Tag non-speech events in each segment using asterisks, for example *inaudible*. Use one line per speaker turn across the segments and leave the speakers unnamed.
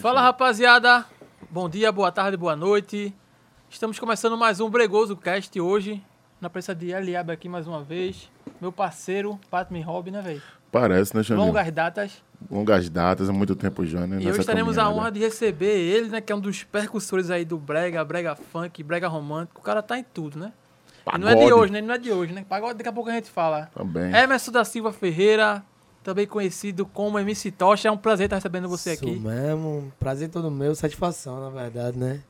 Fala rapaziada, bom dia, boa tarde, boa noite. Estamos começando mais um Bregoso Cast hoje, na presença de Eliabe aqui mais uma vez. Meu parceiro, Patmin Rob, né, velho?
Parece, né, Janil?
Longas datas.
Longas datas, há muito tempo já, né?
E hoje teremos a honra de receber ele, né? Que é um dos percussores aí do Brega, Brega Funk, Brega Romântico. O cara tá em tudo, né? E não é de
Pagode. É.
hoje, né? É. Ele Não é de hoje, né? Pagode daqui a pouco a gente fala.
Também.
Emerson da Silva Ferreira, também conhecido como MC Tocha. É um prazer estar recebendo você
Isso
aqui.
mesmo, prazer todo meu, satisfação, na verdade, né?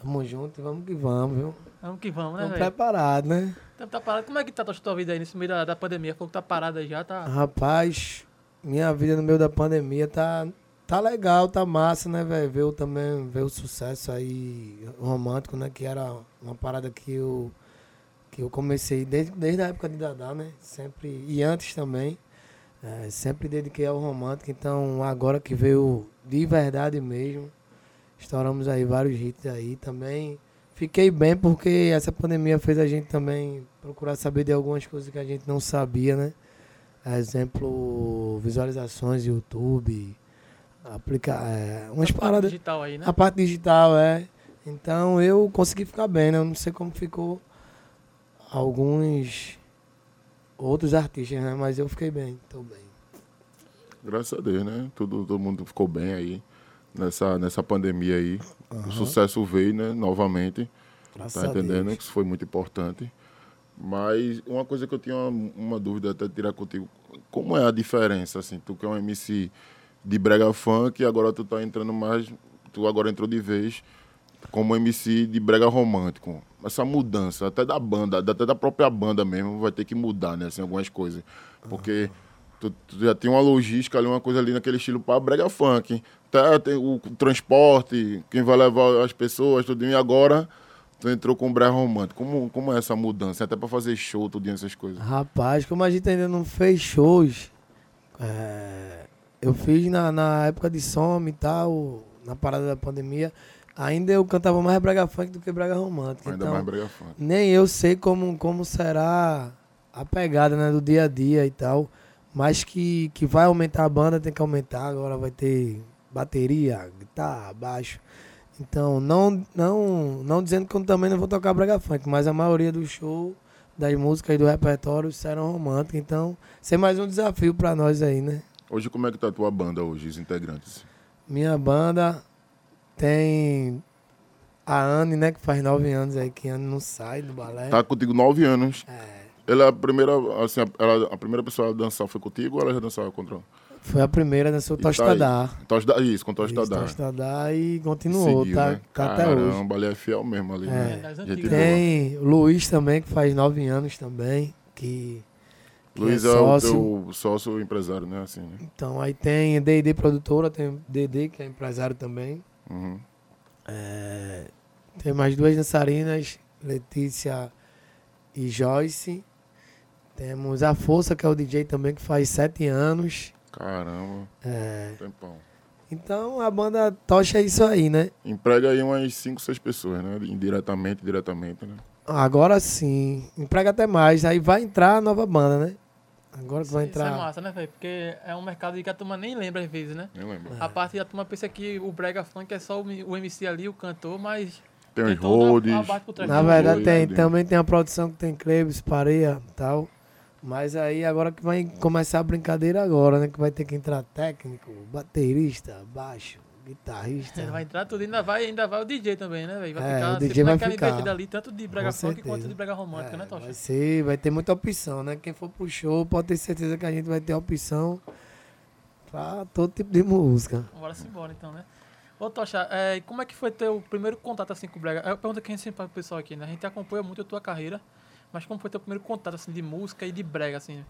Tamo junto e vamos que vamos, viu?
Vamos que vamos, né,
Tamo
velho?
preparado, né?
Tá, tá parado. Como é que tá a tua vida aí nesse meio da, da pandemia? Falou que tá parada aí já, tá?
Rapaz, minha vida no meio da pandemia tá, tá legal, tá massa, né, velho? Ver o também, ver o sucesso aí romântico, né? Que era uma parada que eu, que eu comecei desde, desde a época de Dadá, né? Sempre, e antes também. É, sempre dediquei ao romântico, então agora que veio de verdade mesmo, estouramos aí vários hits aí também. Fiquei bem porque essa pandemia fez a gente também procurar saber de algumas coisas que a gente não sabia, né? Exemplo, visualizações, YouTube, aplicar é, umas
Tá
paradas.
digital aí, né?
A parte digital, é. Então eu consegui ficar bem, né? Eu não sei como ficou alguns outros artistas, né? Mas eu fiquei bem, tô bem.
Graças a Deus, né? Tudo, todo mundo ficou bem aí nessa, nessa pandemia aí. O sucesso veio, né? Novamente.
Graças
Tá
a
entendendo?
Deus.
Que isso foi muito importante. Mas uma coisa que eu tinha uma, uma dúvida até tirar contigo. Como é a diferença, assim? Tu que é um MC de brega funk e agora tu tá entrando mais... Tu agora entrou de vez como MC de brega romântico. Essa mudança, até da banda, da- até da própria banda mesmo, vai ter que mudar, né? Assim, algumas coisas. Porque... Tu, tu já tem uma logística ali, uma coisa ali naquele estilo para brega funk. Tá, tem o transporte, quem vai levar as pessoas, tudo. E agora Tu entrou com o Brian Romântico. Como, como é essa mudança? Até pra fazer show, tudo essas
Ah,
coisas.
Rapaz, como a gente ainda não fez shows, é, eu fiz na, na época de som e tal, na parada da pandemia, ainda eu cantava mais brega funk do que brega romântico.
Ainda
então,
mais Brega Funk.
nem eu sei como, como será a pegada né, do dia a dia e tal. Mas que, que vai aumentar a banda, tem que aumentar. Agora vai ter bateria, guitarra, baixo. Então, não, não, não dizendo que eu também não vou tocar brega funk, mas a maioria do show, das músicas e do repertório serão românticas. Então, ser mais um desafio pra nós aí, né?
Hoje, como é que tá a tua banda hoje, os integrantes?
Minha banda tem a Anne, né, que faz nove anos aí, que Anne não sai do balé.
Tá contigo nove anos.
É.
Ela é a primeira, assim, a, ela- a primeira pessoa a dançar foi contigo ou ela já dançava contra?
Foi a primeira, né? Seu
E tá aí.
Tostadar.
Tosta, isso, com
Isso,
Tostadar.
Tostadar e continuou, tá, tá até hoje.
né? Caramba, ele é fiel mesmo ali,
É,
né?
das
Gente
antigas.
boa.
Tem o Luiz também, que faz nove anos também, que, que
Luiz
é
é, o
sócio.
teu sócio empresário, né? Assim, né?
Então, aí tem D&D produtora, tem DD, que é empresário também.
Uhum.
É, tem mais duas dançarinas, Letícia e Joyce. Temos a Força, que é o DJ também, que faz sete anos.
Caramba, um
É,
tempão.
então, a banda Tocha é isso aí, né?
Emprega aí umas cinco, seis pessoas, né? Indiretamente, diretamente, né?
Agora sim. Emprega até mais. Aí vai entrar a nova banda, né? Agora que vai
Isso é
entrar.
massa, né, velho? Porque é um mercado que a turma nem lembra às vezes, né?
Nem
É.
lembro.
A parte da turma pensa que o Brega Funk é só o mi- o MC ali, o cantor, mas.
Tem os
Tem toda a
roads.
parte por trás.
Na
Tem
verdade,
os
tem, um
roads,
também tem a produção que tem Cleves, Pareia e tal. Mas aí agora que vai começar a brincadeira agora, né? Que vai ter que entrar técnico, baterista, baixo, guitarrista.
Vai entrar tudo, ainda vai, ainda vai o DJ também, né, velho? Vai
É, o
sempre
DJ vai
naquela
ficar.
investida ali, tanto de Brega
Com
Funk
certeza.
quanto de Brega Romântico,
É,
né, Tocha?
vai, ser, vai ter muita opção, né? Quem for pro show pode ter certeza que a gente vai ter opção pra todo tipo de música.
Bora se embora então, né? Ô Tocha, é, como é que foi teu primeiro contato assim com o Brega? É uma pergunta que a gente sempre faz pro pessoal aqui, né? A gente acompanha muito a tua carreira, mas como foi teu primeiro contato assim de música e de Brega, assim?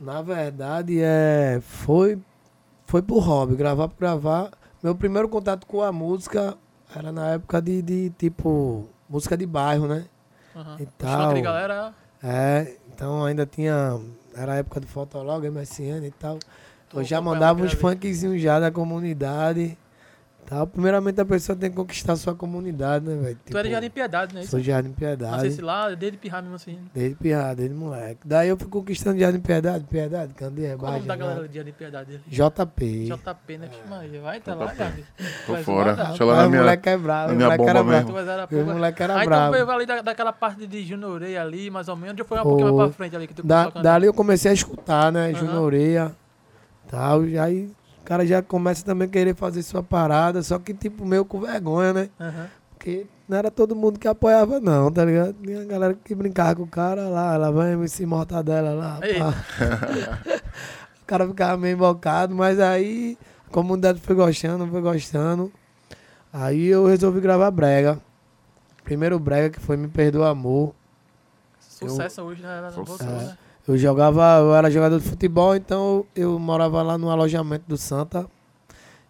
Na verdade, é, foi, foi por hobby, gravar por gravar. Meu primeiro contato com a música era na época de, de tipo, música de bairro, né?
Aham.
E
Chama
tal.
Ah, de galera.
É, então ainda tinha, era a época do Fotolog, MSN e tal.
Tô
Eu já
acompanhando
mandava uns
aquela
funkzinhos já da comunidade. Tá? Primeiramente a pessoa tem que conquistar a sua comunidade, né, velho?
Tu era Jardim Piedade, né?
Sou Jardim Piedade.
Não sei se lá, desde Pirra mesmo assim.
Desde pirrada, desde moleque. Daí eu fui conquistando Jardim Piedade, Piedade, Candeia,
Qual é o
Baixo.
nome da galera de Jardim Piedade dele?
JP.
JP, né? Vixe, Maria, vai, tá lá,
JP.
Jardim.
Tô
Mas
fora.
nada.
Deixa eu lá na
Mas o
minha-
moleque é bravo,
na
o
minha
moleque
bomba
era
Tu
mesmo.
bravo.
vai
*laughs*
dar a
O
porra.
moleque era
Ah, então
bravo.
veio ali da, daquela parte de Junurei ali, mais ou menos. Já foi um pouquinho mais pra frente ali que tu
Da,
tocando.
dali eu comecei a escutar, né?
Aham.
Júnior Oreia, tal. E aí o cara já começa também a querer fazer sua parada, só que tipo meio com vergonha, né?
Aham.
Porque não era todo mundo que apoiava, não, tá ligado? Tinha a galera que brincava com o cara lá, lá vai MC Mortadela lá.
Ei.
pá. *laughs* o cara ficava meio embocado, mas aí a comunidade foi gostando, foi gostando. Aí eu resolvi gravar Brega. Primeiro Brega que foi Me Perdoa Amor.
Sucesso hoje, né? Era na Bolsa,
Sucesso.
né?
Eu jogava, eu era jogador de futebol, então eu morava lá no alojamento do Santa.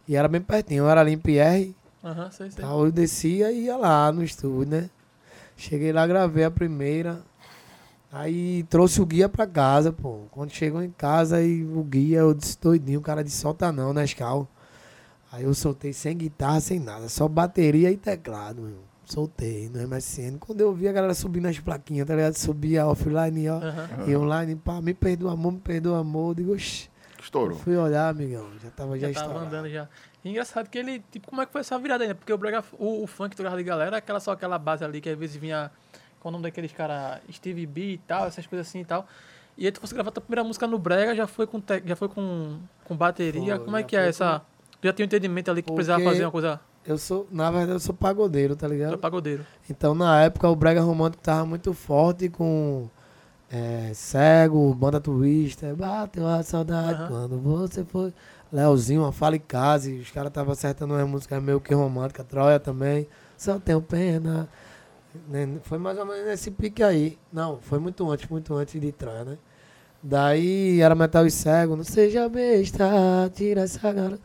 E era bem pertinho, eu era ali em Pierre.
Aham, sei, sei.
Então eu descia e ia lá no estúdio, né? Cheguei lá, gravei a primeira. Aí trouxe o guia pra casa, pô. Quando chegou em casa e o guia, eu disse doidinho, o cara disse solta não, né, Scal? Aí eu soltei sem guitarra, sem nada, só bateria e teclado, meu. Soltei no MSN. Quando eu vi a galera subindo nas plaquinhas, tá ligado? Subia offline, ó.
Aham.
E online, pá, "Ah, me perdoa amor, me perdoa amor. Eu Digo, oxi,
Estourou.
fui olhar, amigão. Já tava já, tá
Já tava
estourado.
andando já. E engraçado que ele, tipo, como é que foi essa virada ainda? Porque o, brega, o, o funk do Garra de Galera é aquela, só aquela base ali que às vezes vinha com o nome daqueles caras, Steve B e tal, essas coisas assim e tal. E aí tu fosse gravar tua primeira música no Brega, já foi com, te- já foi com, com bateria.
Foi,
como é
já
que é
foi
essa. Tu já tinha um entendimento ali que tu
Porque-
precisava fazer uma coisa
Eu sou, na verdade, eu sou pagodeiro, tá
pra
ligado?
pagodeiro.
Então, na época, o brega romântico tava muito forte com é, Cego, Banda Twister, bateu a saudade
Aham.
quando você foi. Leozinho, a Fala e Case, os caras tava acertando umas músicas meio que romântica, Troia também, só tenho pena. Né, Foi mais ou menos nesse pique aí. Não, foi muito antes, muito antes de Troia, né? Daí era Metal e Cego, não seja besta, tira essa garota.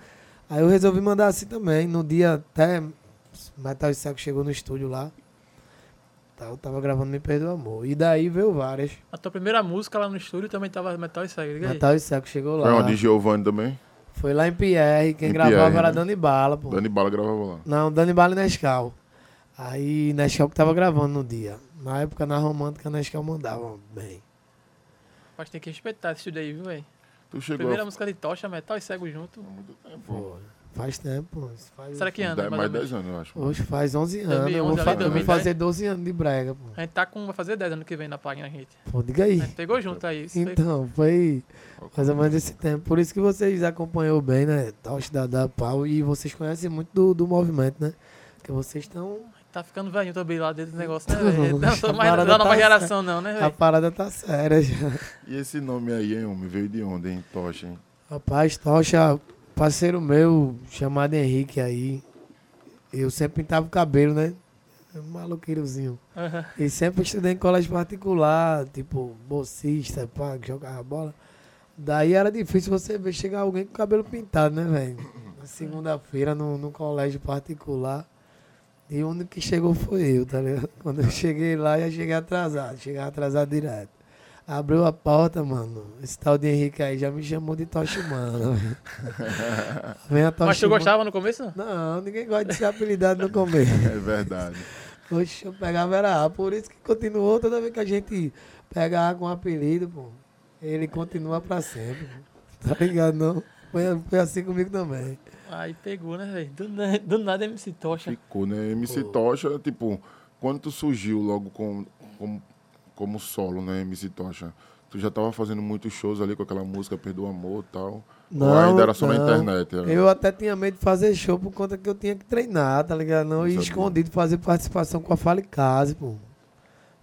Aí eu resolvi mandar assim também. No dia até Metal e Cego chegou no estúdio lá. Tá, eu tava gravando Me Perdoa Amor. E daí veio várias.
A tua primeira música lá no estúdio também tava metal e segue, liga aí.
Natal e Seco chegou
Foi
lá.
onde? Giovanni também?
Foi lá em Pierre, quem
Em
gravava
Pierre,
era
né?
Dani Bala, pô.
Dani Bala gravava lá.
Não, Dani Bala e Nescau. Aí Nescau que tava gravando no dia. Na época, na romântica, Nescau mandava bem.
Mas tem que respeitar esse estúdio aí, viu, velho?
Tu chegou
Primeira
a...
música de tocha, metal e cego junto.
Pô, faz tempo, pô. Isso faz-
Será que anda?
Dez-
Mais ou
mais
menos?
10 anos, eu acho.
Hoje faz 11 anos.
2011
eu vou,
ali,
fa- eu
2010.
vou fazer 12 anos de brega, pô.
A gente tá com. Vai fazer 10 ano que vem na página, gente.
Pô, diga aí.
A gente pegou junto aí. isso aí.
Então, foi mais ou menos esse tempo. Por isso que vocês acompanhou bem, né? Tosh da, da Pau. E vocês conhecem muito do, do movimento, né? Porque vocês estão.
Tá ficando velhinho também lá dentro do negócio, né?
Então, *laughs*
velho? Não sou
a
mais da
parada
nova
tá
geração, não, né,
A
velho?
parada tá séria já.
E esse nome aí, hein, homem? Veio de onde, hein? Tocha, hein?
Rapaz, Tocha, parceiro meu, chamado Henrique aí. Eu sempre pintava o cabelo, né? É um Maloqueirozinho.
Aham.
E sempre estudei em colégio particular, tipo, bolsista, pá, que jogava bola. Daí era difícil você ver chegar alguém com o cabelo pintado, né, velho? Na segunda-feira, no, no colégio particular. E o único que chegou foi eu, tá ligado? *laughs* Quando eu cheguei lá, já cheguei atrasado, chegava atrasado direto. Abriu a porta, mano. Esse tal de Henrique aí já me chamou de
*laughs*
Toshimano. velho. Vem a
Mas tu
Toshimano.
gostava no começo?
Não, ninguém gosta de ser apelidado no começo.
É verdade.
Oxe, eu pegava era A, por isso que continuou toda vez que a gente pega A com um apelido, pô. Ele continua pra sempre. pô. Tá ligado, não? Foi, foi assim comigo também.
Aí pegou, né, velho? Do, na- do nada MC Tocha.
Ficou, né? MC Tocha, tipo, quando tu surgiu logo com, com, como solo, né, MC Tocha? Tu já tava fazendo muitos shows ali com aquela música Perdoa Amor e tal. Ou ainda era só na
não.
internet? né? era?
Eu até tinha medo de fazer show por conta que eu tinha que treinar, tá ligado? Não, e
Sabia.
escondido fazer participação com a Fale Case, pô.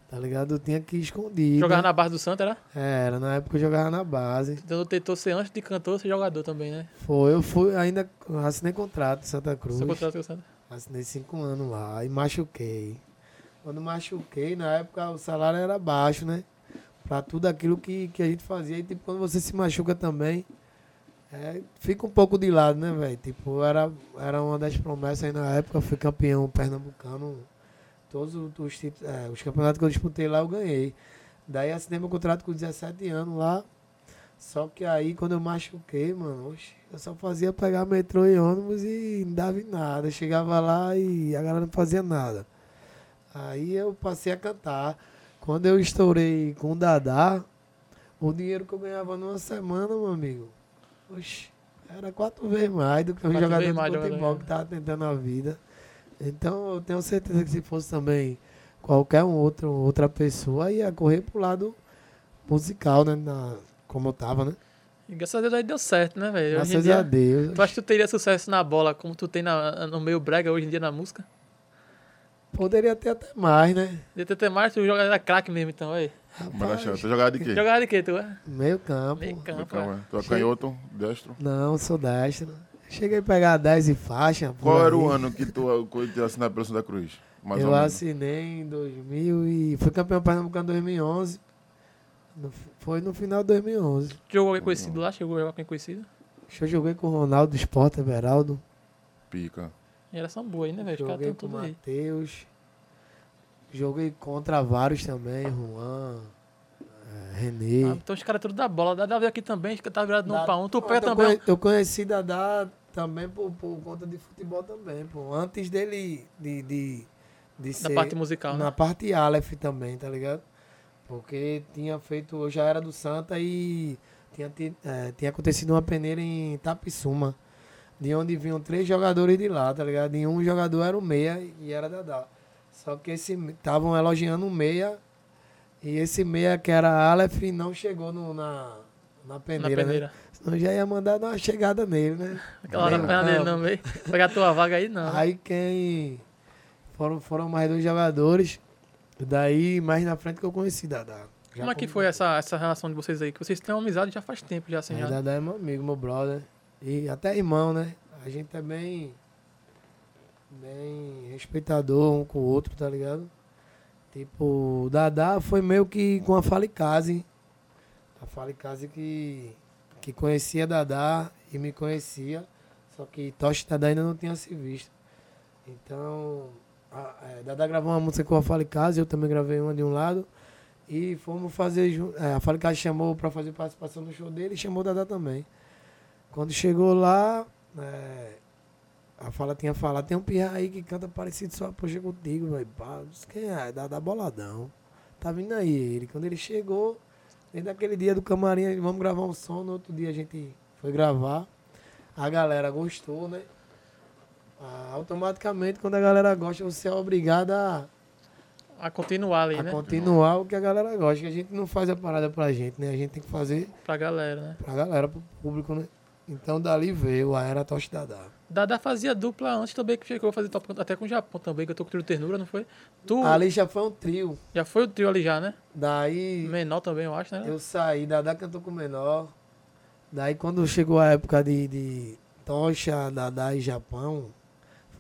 Tá ligado? Eu tinha que ir escondido.
Jogava na base do Santa, era?
É, Era, na época eu jogava na base.
Então tentou ser antes de cantor, ser jogador também, né?
Foi, eu fui, ainda assinei contrato em Santa Cruz.
Seu contrato com o Santa.
Assinei cinco anos lá e machuquei. Quando machuquei, na época o salário era baixo, né? Pra tudo aquilo que, que a gente fazia. E tipo, quando você se machuca também, é, fica um pouco de lado, né, velho? Tipo, era, era uma das promessas aí na época, eu fui campeão pernambucano. Todos os, os tit- é, os campeonatos que eu disputei lá eu ganhei. Daí assinei meu contrato com 17 anos lá. Só que aí, quando eu machuquei, mano, oxe, eu só fazia pegar metrô e ônibus e não dava em nada. Eu chegava lá e a galera não fazia nada. Aí eu passei a cantar. Quando eu estourei com o Dadá, o dinheiro que eu ganhava numa semana, meu amigo, oxe, era quatro vezes mais do que um
Quatro
jogador
vezes
de
mais,
futebol
jogador,
que estava tentando a vida. Então eu tenho certeza que se fosse também qualquer um outro, outra pessoa, ia correr pro lado musical, né? Na, como eu tava, né?
E graças a Deus aí deu certo, né, velho? Hoje em
Graças
dia-
a Deus.
Tu acha que tu teria sucesso na bola como tu tem na- no meio brega hoje em dia na música?
Poderia ter até mais, né?
De TT mais, tu joga era craque mesmo, então, aí.
Rapaz,
Maracha, tu jogava de quê?
Jogava de quê, tu? é?
meio campo.
Meio
Do
campo, é.
Cauã. Tu é canhoto, destro.
Não, sou destro. Cheguei a pegar 10 e faixa. por
Qual era o
aí.
ano que tu que tu assinou pelo Santa Cruz? Mais
eu
ou menos.
assinei em 2000 e fui campeão pernambucano em 2011. No- foi no final de 2011.
Tu Jogou alguém conhecido lá? Chegou a jogar com alguém conhecido?
Eu joguei com o Ronaldo Sport, Everaldo.
Pica.
Geração boa aí, né, velho? Os caras
Joguei
estão
com o
tudo aí.
Matheus. Joguei contra vários também, Juan, eh,
Ah,
Renê.
então os caras tudo da bola. Dá Davi aqui também, acho que tá virado
Dá- Ah, então
num pra um. Tu
Pronto,
pega
eu
também.
conhe- Eu conheci Dadá também por, por conta de futebol também, pô. Antes dele de, de, de
Da
ser...
parte musical,
Na
né?
parte Aleph também, tá ligado? Porque tinha feito, eu já era do Santa e tinha, ti- eh, tinha acontecido uma peneira em Tapissuma, de onde vinham três jogadores de lá, tá ligado? E um jogador era o meia e era Dadá. Só que esse estavam elogiando o meia e esse meia que era Aleph não chegou no- na, na
Na
peneira. né?
peneira.
Senão já ia mandar dar uma chegada nele, né?
Aquela hora na perna dele não, velho. Pegar tua vaga aí, não.
Aí quem. Foram, foram mais dois jogadores. Daí mais na frente que eu conheci Dadá. Já
Como é que
como-
foi essa, essa relação de vocês aí? Que vocês têm uma amizade já faz tempo, já assim,
Aí
já.
Dadá é meu amigo, meu brother. E até irmão, né? A gente é bem. Bem respeitador um com o outro, tá ligado? Tipo, o Dadá foi meio que com a Falicase. A Falicase que. que conhecia Dadá e me conhecia. Só que Tocha e Dadá ainda não tinha se visto. Então. a- é, Dadá gravou uma música com a Falicase, eu também gravei uma de um lado. E fomos fazer. jun- É, a Falicase chamou pra fazer participação no show dele e chamou Dadá também. Quando chegou lá, é, a Fala tinha falado, tem um pirra aí que canta parecido só puxa contigo, velho. pá." Eu disse, Quem é? Dadá boladão. Tá vindo aí ele. Quando ele chegou, desde aquele dia do camarim, ele, vamos gravar um som, no outro dia a gente foi gravar. A galera gostou, né? Ah, automaticamente, quando a galera gosta, você é obrigado a
A continuar ali,
a
né?
continuar o que a galera gosta, que a gente não faz a parada pra gente, né? A gente tem que fazer
Pra galera, né?
pra galera, pro público, né? Então dali veio a Era Tocha Dadá.
Dada fazia dupla antes também, que chegou a fazer top até com o Japão também, que eu tô com o trio ternura, não foi? Tu
Ali já foi um trio.
já foi o trio ali já, né?
Daí
Menor também, eu acho, né?
eu saí, Dadá cantou com o menor. Daí quando chegou a época de, de Tocha, Dadá e Japão,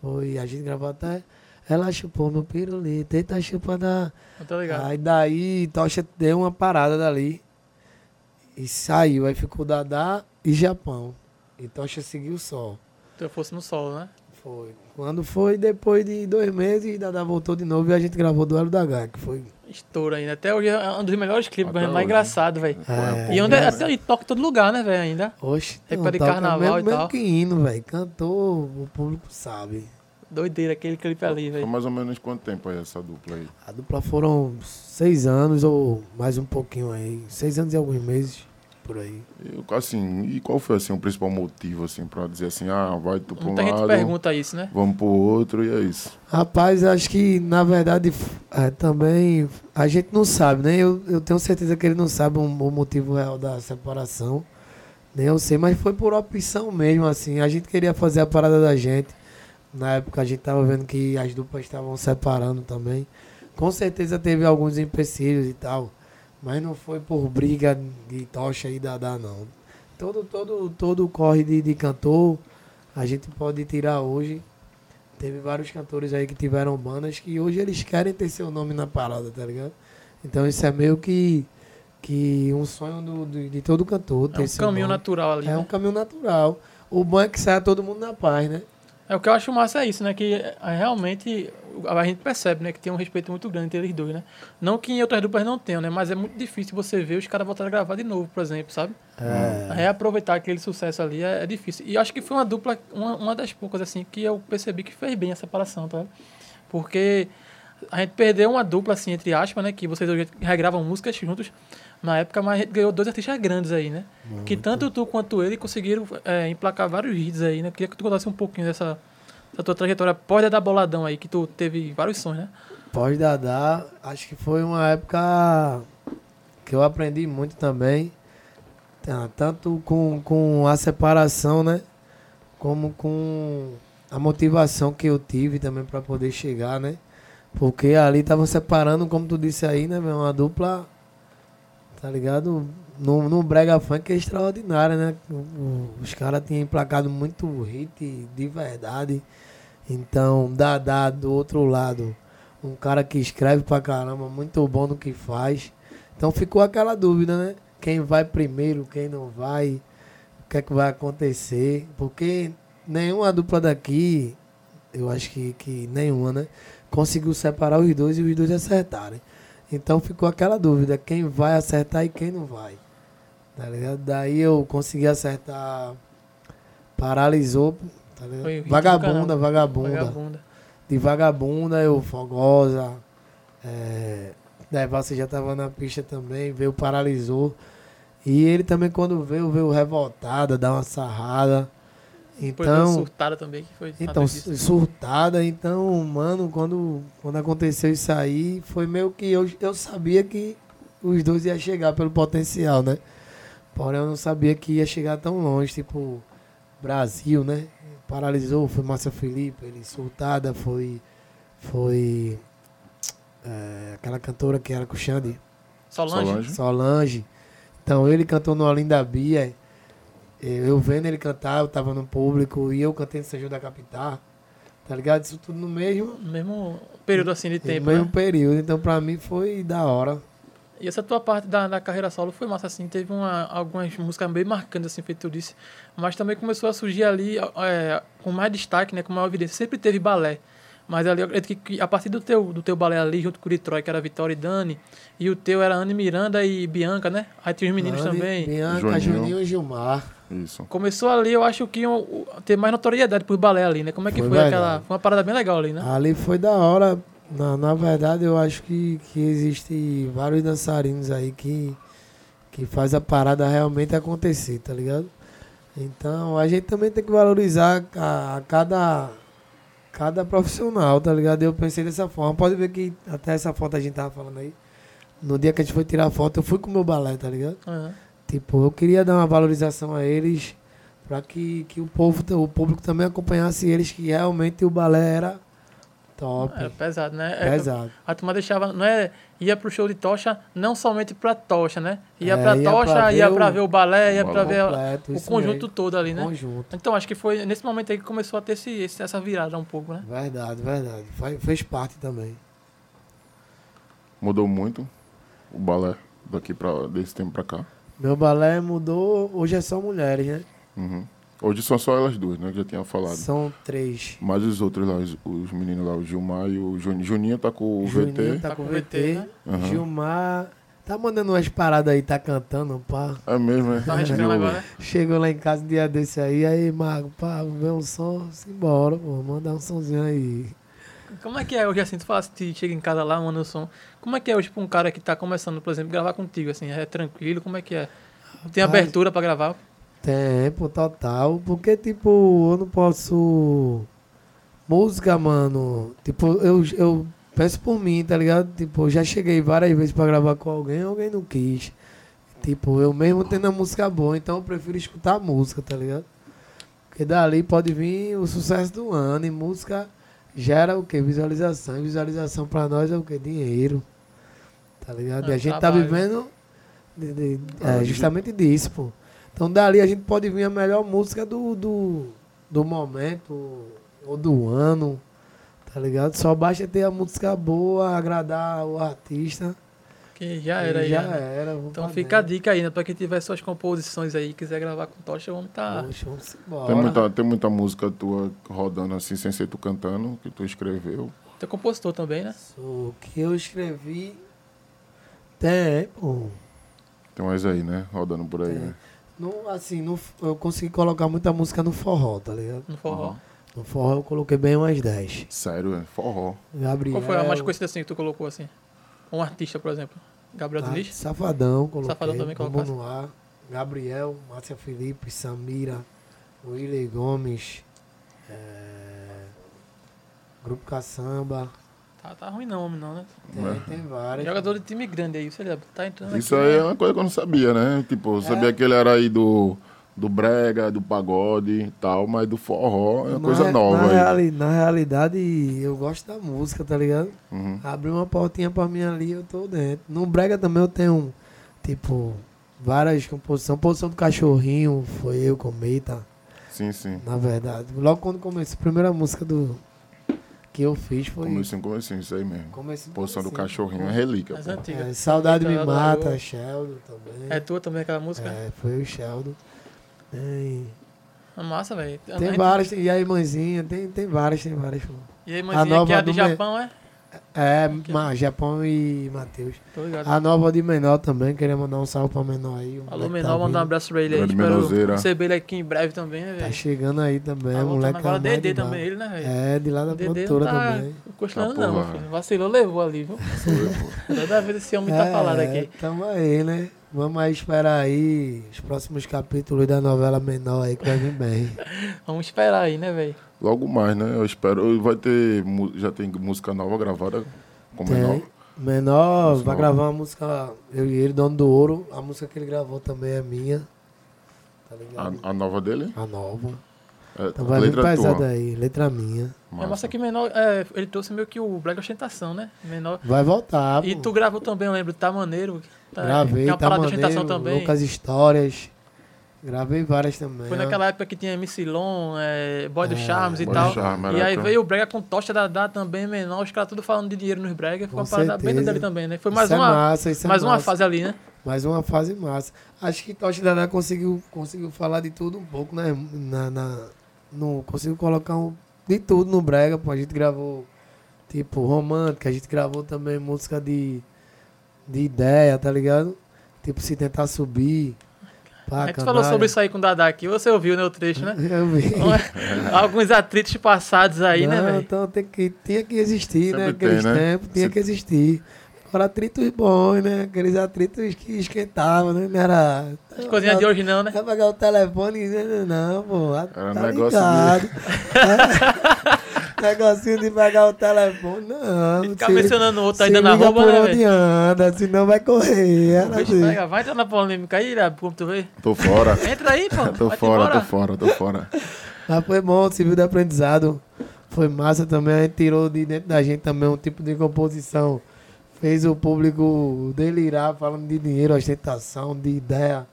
foi a gente gravou até. Ela chupou meu pirulito, eita chupada.
Não tô ligado.
Aí daí Tocha deu uma parada dali e saiu. Aí ficou Dadá e Japão. E Tocha seguiu só.
Se eu fosse no solo, né?
Foi. Quando foi, depois de dois meses, Dadá voltou de novo e a gente gravou Duelo da H, que foi.
Estouro ainda. Até hoje é um dos melhores clipes,
Até
mas é mais
hoje,
engraçado, velho.
É.
E onde,
né?
até aí toca em todo lugar, né, velho, ainda?
Oxe, então,
Época
não,
de
toca
carnaval
mesmo,
e
mesmo
tal.
que hino, velho. Cantou, o público sabe.
Doideira aquele clipe ali,
Foi
velho.
mais ou menos quanto tempo aí essa dupla aí?
A dupla foram seis anos ou mais um pouquinho aí. Seis anos e alguns meses, por aí.
Eu, assim, e qual foi assim, o principal motivo assim, pra dizer assim, ah, vai tu pra um
Muita gente
lado,
pergunta isso, né?
vamos pro outro, e é isso.
Rapaz, acho que na verdade f- é, também a gente não sabe, né? Eu, eu tenho certeza que ele não sabe o, o motivo real da separação. Nem Né, eu sei, mas foi por opção mesmo, assim. A gente queria fazer a parada da gente. Na época a gente tava vendo que as duplas estavam separando também. Com certeza teve alguns empecilhos e tal. Mas não foi por briga de tocha e dadá, não. Todo, todo, todo corre de, de cantor a gente pode tirar hoje. Teve vários cantores aí que tiveram bandas que hoje eles querem ter seu nome na parada, tá ligado? Então isso é meio que, que um sonho do, do- de todo cantor.
É um
seu
caminho
nome.
natural ali,
É
né?
um caminho natural. O bom é que saia todo mundo na paz, né?
É, o que eu acho massa é isso, né? Que é, realmente a gente percebe, né? Que tem um respeito muito grande entre eles dois, né? Não que em outras duplas não tenham, né? Mas é muito difícil você ver os caras voltarem a gravar de novo, por exemplo, sabe?
É.
Reaproveitar aquele sucesso ali é, é difícil. E acho que foi uma dupla, uma, uma das poucas, assim, que eu percebi que fez bem a separação, tá? Porque a gente perdeu uma dupla, assim, entre aspas, né? Que vocês hoje regravam músicas juntos na época, mas a gente ganhou dois artistas grandes aí, né? Que tanto tu quanto ele conseguiram é, emplacar vários hits aí, né? Queria que tu contasse um pouquinho dessa, dessa tua trajetória pós da boladão aí, que tu teve vários sons, né?
Pós Dadá, acho que foi uma época que eu aprendi muito também. tá, Tanto com, com a separação, né? Como com a motivação que eu tive também para poder chegar, né? Porque ali estavam separando, como tu disse aí, né, meu? Uma dupla, tá ligado? No, no Brega Funk é extraordinária, né? O- o- Os caras tinham emplacado muito hit de verdade. Então, Dadá do outro lado, um cara que escreve pra caramba, muito bom no que faz. Então ficou aquela dúvida, né? Quem vai primeiro, quem não vai, o que é que vai acontecer. Porque nenhuma dupla daqui, eu acho que, que nenhuma, né? Conseguiu separar os dois e os dois acertarem. Então ficou aquela dúvida, quem vai acertar e quem não vai. Tá ligado? Daí eu consegui acertar. Paralisou, tá ligado?
Foi o hit do
Vagabunda,
caramba.
vagabunda
Vagabunda.
de vagabunda, eu fogosa. É, Devassa já tava na pista também, veio, paralisou. E ele também, quando veio, veio revoltada, dar uma sarrada.
Foi então,
Então,
surtada também, que foi.
então
atrás disso.
su- surtada. Então, mano, quando, quando aconteceu isso aí, foi meio que eu, eu sabia que os dois iam chegar pelo potencial, né? Porém, eu não sabia que ia chegar tão longe, tipo, Brasil, né? Paralisou, foi Márcia Felipe, ele surtada, foi. Foi. eh, aquela cantora que era com o Xande.
Solange.
Solange.
Solange. Então ele cantou no Olinda Bia. Eu eu vendo ele cantar, eu tava no público e eu cantei no São João da Capital. Tá ligado? Isso tudo no mesmo,
No mesmo período assim de tempo,
no mesmo
né?
período. Então pra mim foi da hora.
E essa tua parte da, da carreira solo foi massa, assim. Teve uma, algumas músicas bem marcantes, assim, feito tu disse. Mas também começou a surgir ali é, com mais destaque, né? Com maior evidência. Sempre teve balé. Mas ali eu acredito que, que a partir do teu, do teu balé ali, junto com o de Troy, que era Vitória e Dani, e o teu era Anne Miranda e Bianca, né? Aí tinha os meninos
Andy,
também.
Bianca,
Juninho.
Juninho e Gilmar.
Isso.
Começou ali, eu acho que um, um- ter mais notoriedade por balé ali, né? Como é que
Foi Ah.
foi,
verdade.
aquela. Foi uma parada bem legal ali, né?
Ali foi da hora. Na, na verdade, eu acho que, que existe vários dançarinos aí que, que faz a parada realmente acontecer, tá ligado? Então a gente também tem que valorizar a, a cada, cada profissional, tá ligado? Eu pensei dessa forma. Pode ver que até essa foto a gente tava falando aí. No dia que a gente foi tirar a foto, eu fui com o meu balé, tá ligado?
Aham.
Tipo, eu queria dar uma valorização a eles para que, que o povo, o público também acompanhasse eles, que realmente o balé era top,
Era pesado, né? É,
pesado.
A turma deixava, não é? Ia pro show de tocha, não somente pra tocha, né? Ia
É,
pra
ia
tocha,
pra ver
ia
o-
pra ver o balé, ia
o
pra ver a-
Completo,
é, o
isso
conjunto
mesmo.
todo ali, né?
Conjunto.
Então acho que foi nesse momento aí que começou a ter esse, esse- essa virada um pouco, né?
Verdade, verdade. Fa- Fez parte também.
Mudou muito o balé daqui pra, desse tempo pra cá.
Meu balé mudou, hoje é só mulheres, né?
Uhum. Hoje são só elas duas, né? Que eu tinha falado.
São três.
Mas os outros lá, os, os meninos lá, o Gilmar e o Juninho. Juninho tá com o
Juninho
VT.
tá
Tá
com
com
VT,
VT, né?
Uhum.
Gilmar tá mandando umas paradas aí, tá cantando, pá.
É mesmo, né?
Tá respirando agora, né?
Chegou lá em casa um dia desse aí, aí, Mago, pá, vê um som, simbora, pô, mandar um sonzinho aí.
Como é que é hoje, assim, tu fala assim, tu chega em casa lá, manda o som. Como é que é hoje pra um cara que tá começando, por exemplo, gravar contigo, assim, é tranquilo, como é que é? Tem
Rapaz.
abertura pra gravar?
Tempo total, porque tipo, eu não posso. Música, mano. Tipo, eu, eu peço por mim, tá ligado? Tipo, eu já cheguei várias vezes pra gravar com alguém, alguém não quis. Tipo, eu mesmo tendo a música boa, então eu prefiro escutar a música, tá ligado? Porque dali pode vir o sucesso do ano e música gera o que? Visualização. E visualização pra nós é o que? Dinheiro. Tá ligado? e
É,
a gente
trabalho.
tá vivendo de- de-
Ah,
é,
de-
justamente disso, pô. Então dali a gente pode vir a melhor música do, do, do momento ou do ano, tá ligado? Só basta ter a música boa, agradar o artista.
Que já era aí.
já é.
né?
era. vamos
Então
pra
fica a
dentro.
dica aí, né? Pra quem tiver suas composições aí e quiser gravar com Tocha, vamos tá.
Poxa, vamos
Tem
embora.
muita, tem muita música tua rodando assim, sem ser tu cantando, que tu escreveu.
Tu é compositor também, né?
O que eu escrevi. Tem, pô.
Tem mais aí, né? Rodando por aí.
Tem.
né?
No, assim, no, eu consegui colocar muita música no forró, tá ligado?
No forró.
No forró eu coloquei bem umas 10.
Sério, é forró.
Gabriel.
Qual foi a mais conhecida assim que tu colocou assim? Um artista, por exemplo. Gabriel
ah,
Diniz?
Safadão, coloquei.
Safadão também
Vamos
colocasse.
no ar. Gabriel, Márcia Felipe, Samira, Willy Gomes, é, Grupo Caçamba.
Tá, tá ruim não, homem, não, né?
Tem,
É.
tem várias.
Jogador de time grande aí, você lembra? Tá entrando
Isso
aqui,
aí é
né?
uma coisa que eu não sabia, né? Tipo, eu sabia que ele era aí do, do brega, do pagode e tal, mas do forró é uma
Na
coisa
re-
nova
Na,
aí.
reali- na realidade, eu gosto da música, tá ligado?
Uhum.
Abriu uma portinha pra mim ali, eu tô dentro. No Brega também eu tenho, tipo, várias composições. Posição do Cachorrinho, foi eu, Cometa,
Sim, sim.
na verdade. Logo quando comecei, a primeira música do que eu fiz foi.
Comecinho, comecinho, isso aí mesmo.
Comecei-
Posição do
sim.
cachorrinho é relíquia,
As
pô.
antigas.
É, Saudade
Eita,
Me
ela
Mata,
largou.
Sheldon também.
É tua também aquela música?
É, foi o Sheldon. Tem,
É massa, velho.
tem várias, e aí, mãezinha, tem, tem várias, tem várias. pô.
E aí,
a
mãezinha,
nova
que é a do
do me-
Japão, é?
É, Ma- Japão e Matheus.
Tô ligado.
A nova de Menor também, queria mandar um salve pra Menor aí. o
Alô,
moleque
Menor,
tá
manda um
vindo.
abraço pra ele aí.
Grande
Espero
Menorzeira.
receber ele aqui em breve também, né,
Tá
velho?
chegando aí também,
Tá voltando
moleque. é
agora.
amado
Dedê
demais.
também, ele, né, velho?
É, de lá da
Dedê não
produtora
tá
também.
encostando,
Tá,
não,
porra.
filho. Vacilou, levou ali, viu?
Sou eu, pô.
Toda vez esse homem tá falado
*laughs* É,
aqui.
Tamo aí, né? Vamos aí esperar aí os próximos capítulos da novela menor aí que vai
*laughs*
vir bem.
Vamos esperar aí, né, velho?
Logo mais, né? Eu espero. Vai ter. mu- Já tem música nova gravada é com
Tem.
menor.
Menor
Música nova.
vai gravar uma música, eu e ele, Dono do Ouro. A música que ele gravou também é minha. Tá ligado?
A, a nova dele?
A nova.
É,
Tá
Então vai vir
letra
pesada
tua.
aí, letra minha.
É massa que menor. é, ele trouxe meio que o Black Ostentação, né? Menor.
Vai voltar,
E
pô.
tu gravou também, eu lembro, tá maneiro. Tá,
Tá Gravei,
tem uma
tá
parada de ostentação
maneiro,
também.
Loucas Histórias. Gravei várias também.
Foi
ó.
naquela época que tinha MC Lon, é, Boy do
É,
Charmes e
Boy do
tal.
Charme,
e
era
aí
pra-
veio o Brega com tocha da Dá também, menor, os caras tudo falando de dinheiro nos Brega. Ficou
Com
uma parada bem
certeza.
dele também, né? Foi mais
Isso é
uma,
massa, isso é
mais uma
massa.
fase ali, né?
Mais uma fase massa. Acho que Tocha Dadá conseguiu, conseguiu falar de tudo um pouco, né? Na, na, no, conseguiu colocar um, de tudo no Brega, pô. A gente gravou, tipo, romântica, a gente gravou também música de, de ideia, tá ligado? Tipo, se tentar subir. Pá,
a gente falou sobre isso aí com o Dadá aqui, você ouviu, né, o trecho, né?
*laughs* Eu vi.
Então, é, Alguns atritos passados *laughs* aí, né,
Não,
velho?
Então tem que, tinha que existir, né?
Sempre tem,
Aqueles
né?
tempos, tinha
Sempre-
que existir. Agora atritos bons, né? Aqueles atritos que esquentavam, né? Não era.
As coisinhas
tá
de hoje não, né?
Vai pegar o telefone e dizer, não, pô. Era tá
Era É um negócio
ligado.
*laughs*
É, Negocinho de pegar o telefone, não.
Ficar
se-
mencionando o outro
se
ainda na
liga
roupa,
por
né,
onde
velho?
anda, senão vai correr.
O
Era
bicho
assim.
pega, vai entrar na polêmica aí, Irabu, como tu vê? *laughs*
Tô fora.
Entra aí, É,
*laughs*
pô.
tô
vai-te
fora, tô
embora.
fora, tô fora.
Mas Ah, foi bom, serviu de aprendizado. Foi massa também, a gente tirou de dentro da gente também um tipo de composição. Fez o público delirar falando de dinheiro, ostentação, de ideia.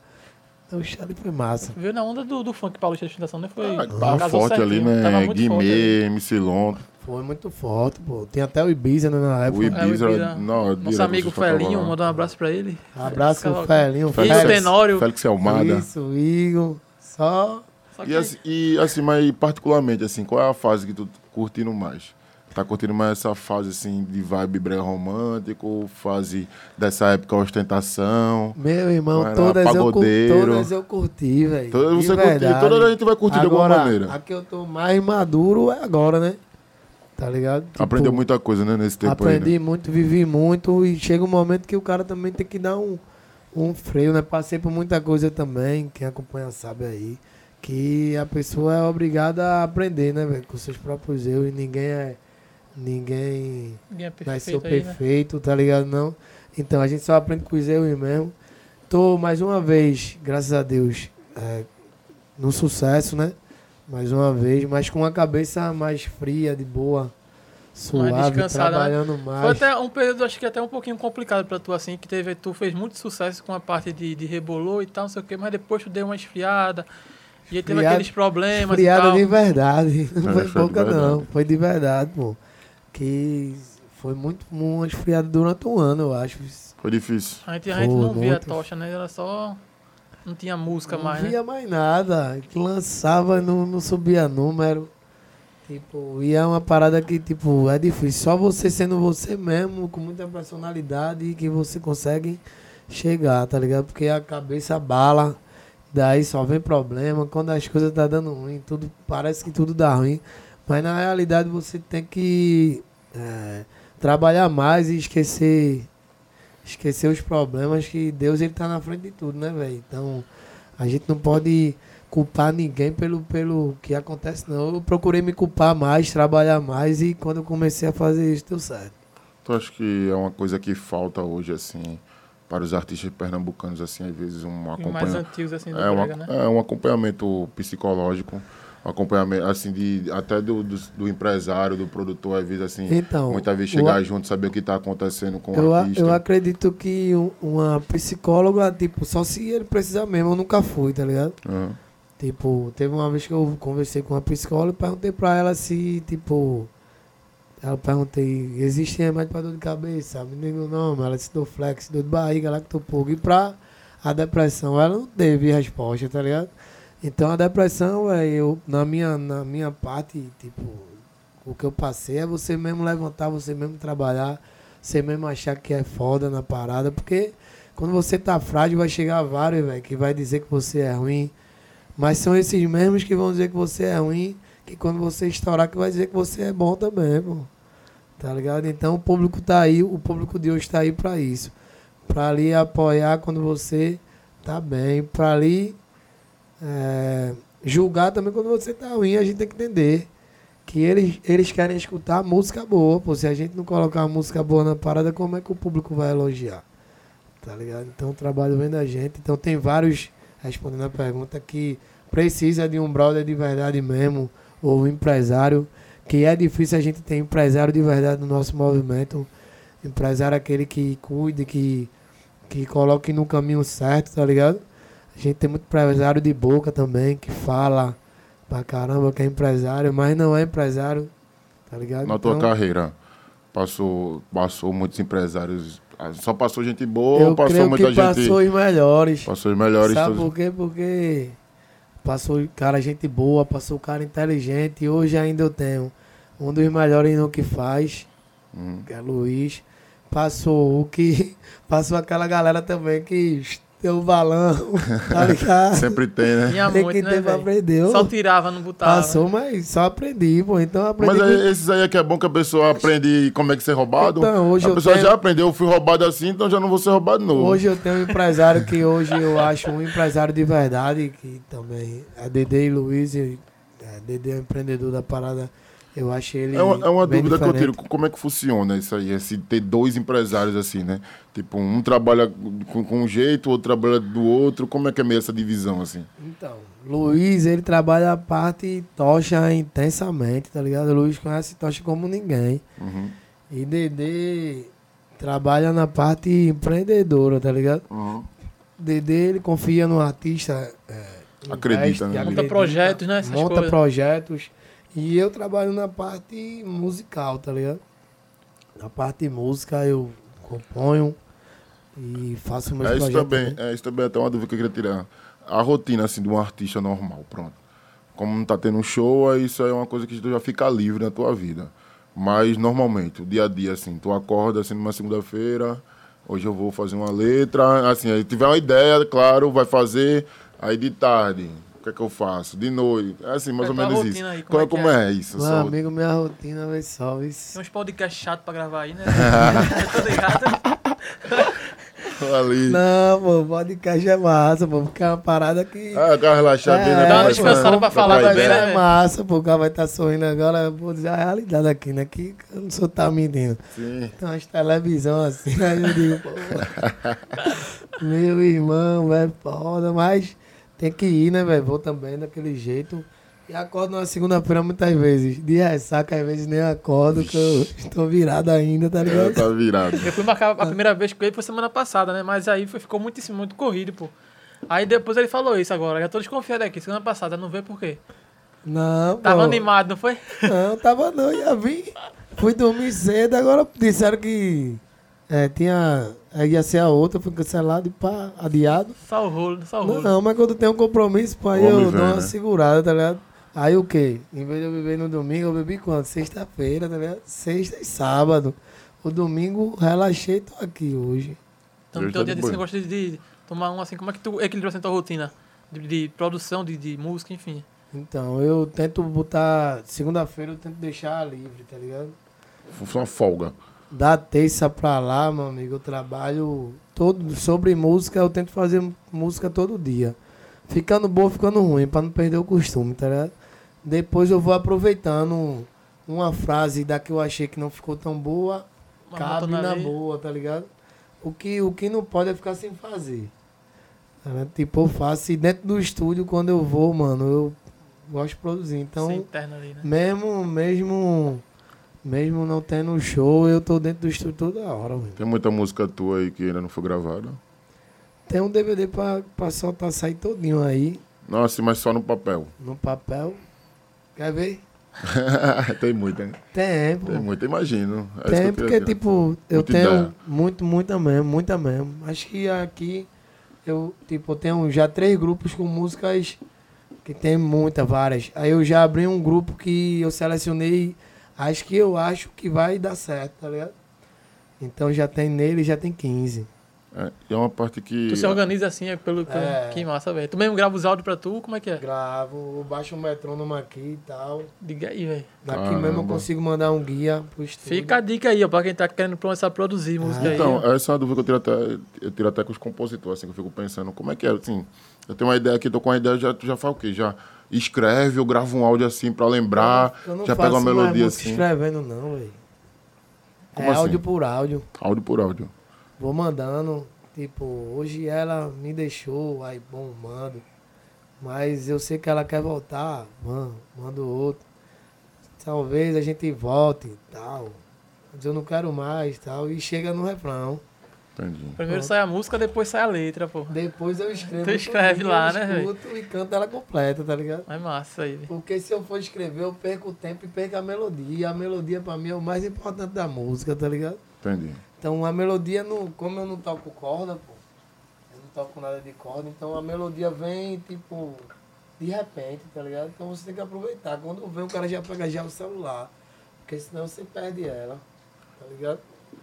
Então o Charlie foi massa.
Veio na onda do, do funk paulista de ostentação, né? Foi
Ah,
casou
tava forte ali,
certinho, tava
né?
muito forte ali.
Guimê, MC Lon,
Foi muito forte, pô. Tem até o Ibiza né, na
o
época.
É, o
Ibiza.
Ibiza.
não,
Nosso
direto,
amigo
vocês tocavam
Felinho,
lá.
manda um abraço pra ele.
Abraço,
Esse cara-
Felinho.
E o
Félix.
Tenório.
Félix Almada.
Isso, Igor. Só
Só que-
E assim, e assim, mas particularmente, assim, qual é a fase que tu tá curtindo mais? Tá curtindo mais essa fase, assim, de vibe brega romântico, fase dessa época ostentação?
Meu irmão,
Era
todas eu, cur-
pagodeiro.
todas eu curti, velho.
Todas
De
Então, você curtiu,
verdade.
todas a gente vai curtir de alguma
Agora,
maneira.
A que eu tô mais maduro é agora, né? Tá ligado? Tipo,
Aprendeu muita coisa, né, nesse tempo
Aprendi
aí, né?
muito, vivi muito e chega um momento que o cara também tem que dar um, um freio, né? Passei por muita coisa também, quem acompanha sabe aí, que a pessoa é obrigada a aprender, né, velho? Com seus próprios erros e ninguém é. Ninguém
Ninguém é
nasceu
perfeito aí, né?
perfeito, tá ligado? Não. Então a gente só aprende com os erros mesmo. Tô mais uma vez, graças a Deus, é, no sucesso, né? Mais uma vez, mas com a cabeça mais fria, de boa, suave,
descansada, né?
trabalhando
Foi
mais.
até um período, acho que até um pouquinho complicado pra tu, assim, que teve, tu fez muito sucesso com a parte de, de rebolou e tal, não sei o quê, mas depois tu deu uma esfriada, e aí teve
Esfriada-
aqueles problemas e
Friada
tal.
de verdade. *laughs* Não
É, foi
foi
de
pouca, não.
verdade.
Foi de verdade, pô. Que Foi muito uma esfriada durante um ano, eu acho.
Foi difícil.
A gente, a gente não
Foi
via a
muito.
tocha, né? Era só. Não tinha música
Não
mais, né?
via mais nada. Lançava, não, não subia número. Tipo, e é uma parada que, tipo, é difícil. Só você sendo você mesmo, com muita personalidade, que você consegue chegar, tá ligado? Porque a cabeça bala, daí só vem problema. Quando as coisas tá dando ruim, tudo, parece que tudo dá ruim. Mas na realidade você tem que é, trabalhar mais e esquecer esquecer os problemas que Deus ele tá na frente de tudo, né, velho? Então, a gente não pode culpar ninguém pelo, pelo que acontece, não. Eu procurei me culpar mais, trabalhar mais e quando eu comecei a fazer isso, deu certo.
Tu acha que é uma coisa que falta hoje, assim, para os artistas pernambucanos, assim, às vezes um
E mais
acompanhamento.
antigos, assim, do
É, uma-
brega, né?
é um acompanhamento psicológico, acompanhamento, assim, de, até do, do, do empresário, do produtor, às vezes, assim,
Então,
muitas vezes
o a-
chegar junto, saber o que está acontecendo com
Eu,
o
a-
um artista.
eu acredito que um- uma psicóloga, tipo, só se ele precisar mesmo, eu nunca fui, tá ligado?
Aham.
Tipo, teve uma vez que eu conversei com uma psicóloga e perguntei pra ela se, tipo. Eu perguntei, existe remédio pra dor de cabeça? Me digo, não, mas ela disse dor flex, dor de barriga, lactopogo. E pra a depressão, ela não teve resposta, tá ligado? Então a depressão, véi, eu, na, minha, na minha parte, tipo, o que eu passei é você mesmo levantar, você mesmo trabalhar, você mesmo achar que é foda na parada, porque quando você tá frágil, vai chegar vários, velho, que vai dizer que você é ruim. Mas são esses mesmos que vão dizer que você é ruim, que quando você estourar, que vai dizer que você é bom também, pô. Tá ligado? Então o público tá aí, o público de hoje tá aí pra isso. Pra ali apoiar quando você tá bem. Pra ali é, julgar também quando você tá ruim, a gente tem que entender. Que eles, eles querem escutar música boa, pô. Se a gente não colocar uma música boa na parada, como é que o público vai elogiar? Tá ligado? Então o trabalho vem da gente. Então tem vários, respondendo a pergunta, que precisa de um brother de verdade mesmo, ou um empresário, que é difícil a gente ter empresário de verdade no nosso movimento. Empresário é aquele que cuide, que, que coloque no caminho certo, tá ligado? A gente tem muito empresário de boca também, que fala pra caramba que é empresário, mas não é empresário, tá ligado?
Na tua
Então-
carreira, passou, passou muitos empresários, ah, só passou gente boa
Eu
ou passou
creio
muita
que
gente...
passou os melhores.
Passou os melhores...
Sabe
todos-
por quê? Porque passou cara gente boa, passou cara inteligente. E hoje ainda eu tenho um dos melhores no que faz,
Uhum.
que é Luiz. Passou o que. *laughs* Passou aquela galera também que deu
*laughs*
o balão, tá ligado?
Sempre tem, né?
Tinha
Tem
muito,
que
né,
ter pra
velho?
aprender.
Só
eu Ah,
tirava, não botava.
Passou, mas só aprendi, pô. Então eu aprendi.
Mas
que-
aí, esses aí é que é bom que a pessoa aprende como é que ser roubado.
Então, hoje
a
eu
pessoa
tenho-
já aprendeu, eu fui roubado assim, então já não vou ser roubado de novo.
Hoje eu tenho um empresário que hoje eu acho um empresário de verdade, que também é Dede e Luiz, e, é, Dede é um empreendedor da parada. Eu acho ele.
é uma, é uma
bem
dúvida que eu
diferente.
tiro. Como é que funciona isso aí? É se ter dois empresários assim, né? Tipo, um trabalha com, com um jeito, outro trabalha do outro. Como é que é meio essa divisão, assim?
Então, Luiz, ele trabalha a parte tocha intensamente, tá ligado? Luiz conhece tocha como ninguém.
Uhum.
E Dede trabalha na parte empreendedora, tá ligado?
Uhum.
Dede, ele confia no artista. é,
Acredita, né?
Monta
acredita,
projetos, né, essas
Monta
coisas.
projetos. E eu trabalho na parte musical, tá ligado? Na parte de música eu componho e faço meus
É isso
projetos.
também. É isso também é até uma dúvida que eu queria tirar. A rotina, assim, de um artista normal, pronto. Como não tá tendo um show, aí isso aí é uma coisa que tu já fica livre na tua vida. Mas, normalmente, o dia a dia, assim, tu acorda, assim, numa segunda-feira, hoje eu vou fazer uma letra, assim, aí tiver uma ideia, claro, vai fazer, aí de tarde, o que é que eu faço? De noite, é assim, mais
É
ou
tua
menos
rotina
isso.
aí,
como,
como é
é, como
que
é isso?
Meu
Só-
amigo, minha rotina vai só.
Tem
isso.
uns podcasts chatos pra gravar aí, né? *laughs* Eu tô ligado.
ali...
Não, pô, podcast é massa, pô, porque é uma parada que.
Ah, eu quero relaxar bem, né?
Dá uma
Pra-
descansada pra falar
trocar
também,
ideia.
né?
É massa, pô, o cara vai estar sorrindo agora. Eu Vou dizer é a realidade aqui, né? Que eu não sou tá mentindo.
Sim.
Tem umas televisão assim, aí eu digo, pô, meu irmão, velho, foda, mas tem que ir, né, velho? Vou também daquele jeito. E acordo na segunda-feira muitas vezes. De ressaca, às vezes nem acordo, que eu estou virado ainda, tá
Ela
ligado?
tá virada.
Eu fui marcar a primeira vez com ele, foi semana passada, né? Mas aí foi- ficou muito, muito corrido, pô. Aí depois ele falou isso agora. Já tô desconfiado aqui. Semana passada, não veio por quê?
Não, pô.
Tava animado, não foi?
Não, tava não, ia vir. Fui dormir cedo, agora disseram que é, tinha, aí ia ser a outra, foi cancelado e pá, adiado.
Só o rolo, só o
Não,
rolo.
não, mas quando tem um compromisso, pô, aí
Homem
eu
vem,
dou uma
né?
segurada, tá ligado? Aí o quê? Em vez de eu beber no domingo, eu bebi quando? Sexta-feira, tá ligado? Sexta e sábado. O domingo, relaxei, tô aqui hoje.
Então,
Hoje
teu
tá
dia
de
desse
boa.
negócio de, de tomar um assim, como é que tu equilibrou assim tua rotina? De, de produção, de, de música, enfim.
Então, eu tento botar. Segunda-feira eu tento deixar livre, tá ligado?
Foi uma folga.
Da terça pra lá, meu amigo, eu trabalho todo sobre música, eu tento fazer música todo dia. Ficando bom, ficando ruim, pra não perder o costume, tá ligado? Depois eu vou aproveitando uma frase da que eu achei que não ficou tão boa,
Uma
cabe
motonada
na
ali.
boa, tá ligado? O que, o que não pode é ficar sem fazer. tá ligado? Tipo, eu faço e dentro do estúdio, quando eu vou, mano, eu gosto de produzir. Então,
Sem terno ali, né?
mesmo, mesmo, mesmo não tendo show, eu tô dentro do estúdio toda hora, mano.
Tem muita música tua aí que ainda não foi gravada.
Tem um DVD pra, pra soltar sair todinho aí,
Nossa, mas só no papel. *laughs*
no papel. Quer ver?
Tem muita, né?
Tem, pô.
Tem muita, imagino. É isso que eu
Tem,
queria
porque,
tirar.
tipo, eu
Muita
tenho
ideia.
muito, muita mesmo, muita mesmo. Acho que aqui eu, tipo, eu tenho já três grupos com músicas que tem muita, várias. Aí eu já abri um grupo que eu selecionei as que eu acho que vai dar certo, tá ligado? Então já tem nele, já tem 15.
É, e é uma parte que.
Tu se organiza assim, é pelo. pelo-
É.
Que massa, velho. Tu mesmo grava os áudios pra tu, como é que é?
Gravo, eu baixo o metrônomo aqui e tal.
Diga aí, velho.
Daqui
Caramba.
mesmo eu consigo mandar um guia pro estúdio.
Fica a dica aí, ó, pra quem tá querendo começar a produzir música aí. né?
Então, essa é uma dúvida que eu tiro até, eu tiro até com os compositores, assim, que eu fico pensando, como é que é, assim, eu tenho uma ideia aqui, tô com uma ideia, já, tu já faz o quê? Já escreve, eu gravo um áudio assim pra lembrar,
Eu não
já
faço
pega uma
mais
melodia
música
assim,
escrevendo não, velho. É
Como assim?
áudio por áudio.
áudio por áudio.
Vou mandando. Tipo, hoje ela me deixou, aí bom, mando. Mas eu sei que ela quer voltar, mano, mando outro. Talvez a gente volte e tal. Mas eu não quero mais tal. E chega no refrão.
Entendi.
Primeiro sai a música, depois sai a letra, pô.
Depois eu escrevo.
Tu escreve
tudinho,
lá,
eu
né, velho?
escuto E canto ela completa, tá ligado?
É massa aí, velho.
Porque se eu for escrever, eu perco o tempo e perco a melodia. A melodia pra mim é o mais importante da música, tá ligado?
Entendi.
Então a melodia, não, como eu não toco corda, pô, eu não toco nada de corda, então a melodia vem, tipo, de repente, tá ligado? Então você tem que aproveitar. Quando vem, o cara já pega já o celular, porque senão você perde ela, tá ligado?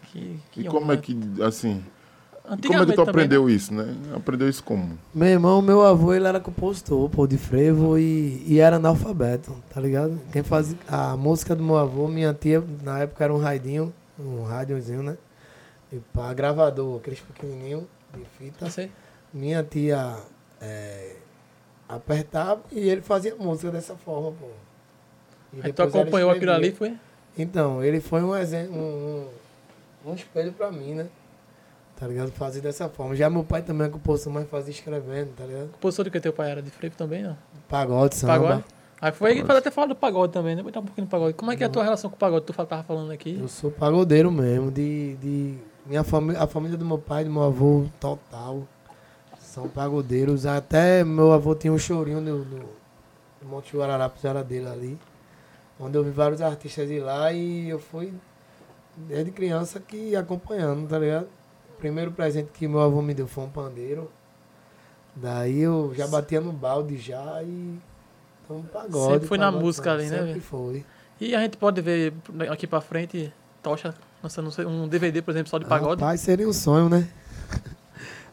Que, que
E como
honra.
é que, assim, e como é que
Antigamente também,
tu
né?
aprendeu isso, né? Aprendeu isso como?
Meu irmão, meu avô, ele era compositor, pô, de frevo e, e era analfabeto, tá ligado? Quem fazia a música do meu avô, minha tia, na época era um raidinho, um rádiozinho, né? E pá, gravador, aqueles pequenininhos de fita.
Não sei.
Minha tia eh, apertava e ele fazia música dessa forma, pô. E
Aí tu
depois ela
acompanhou aquilo
escrevia.
ali, foi?
Então, ele foi um exemplo, um, um, um espelho pra mim, né? Tá ligado? Fazer dessa forma. Já meu pai também é compositor, mas fazia escrevendo, tá ligado?
Compositor de que teu pai era de frevo também, não?
Pagode, samba.
Pagode? Aí foi aí que falou até falar do pagode também, né? Botar um pouquinho do pagode. Como é que é a tua
Uhum.
relação com o pagode? Tu fa- tava falando aqui.
Eu sou pagodeiro mesmo, de... de minha família, a família do meu pai, do meu avô, total, são pagodeiros. Até meu avô tinha um chorinho no, no, no Monte Guararapes, era dele ali. Onde eu vi vários artistas de lá e eu fui desde criança que acompanhando, tá ligado? O primeiro presente que meu avô me deu foi um pandeiro. Daí eu já batia no balde já e... Então, pagode,
Sempre foi na
pagode,
música
pagode,
ali, né,
Sempre
velho?
foi.
E a gente pode ver aqui pra frente, Tocha lançando um DVD, por exemplo, só de pagode.
Rapaz, seria um sonho, né? *laughs*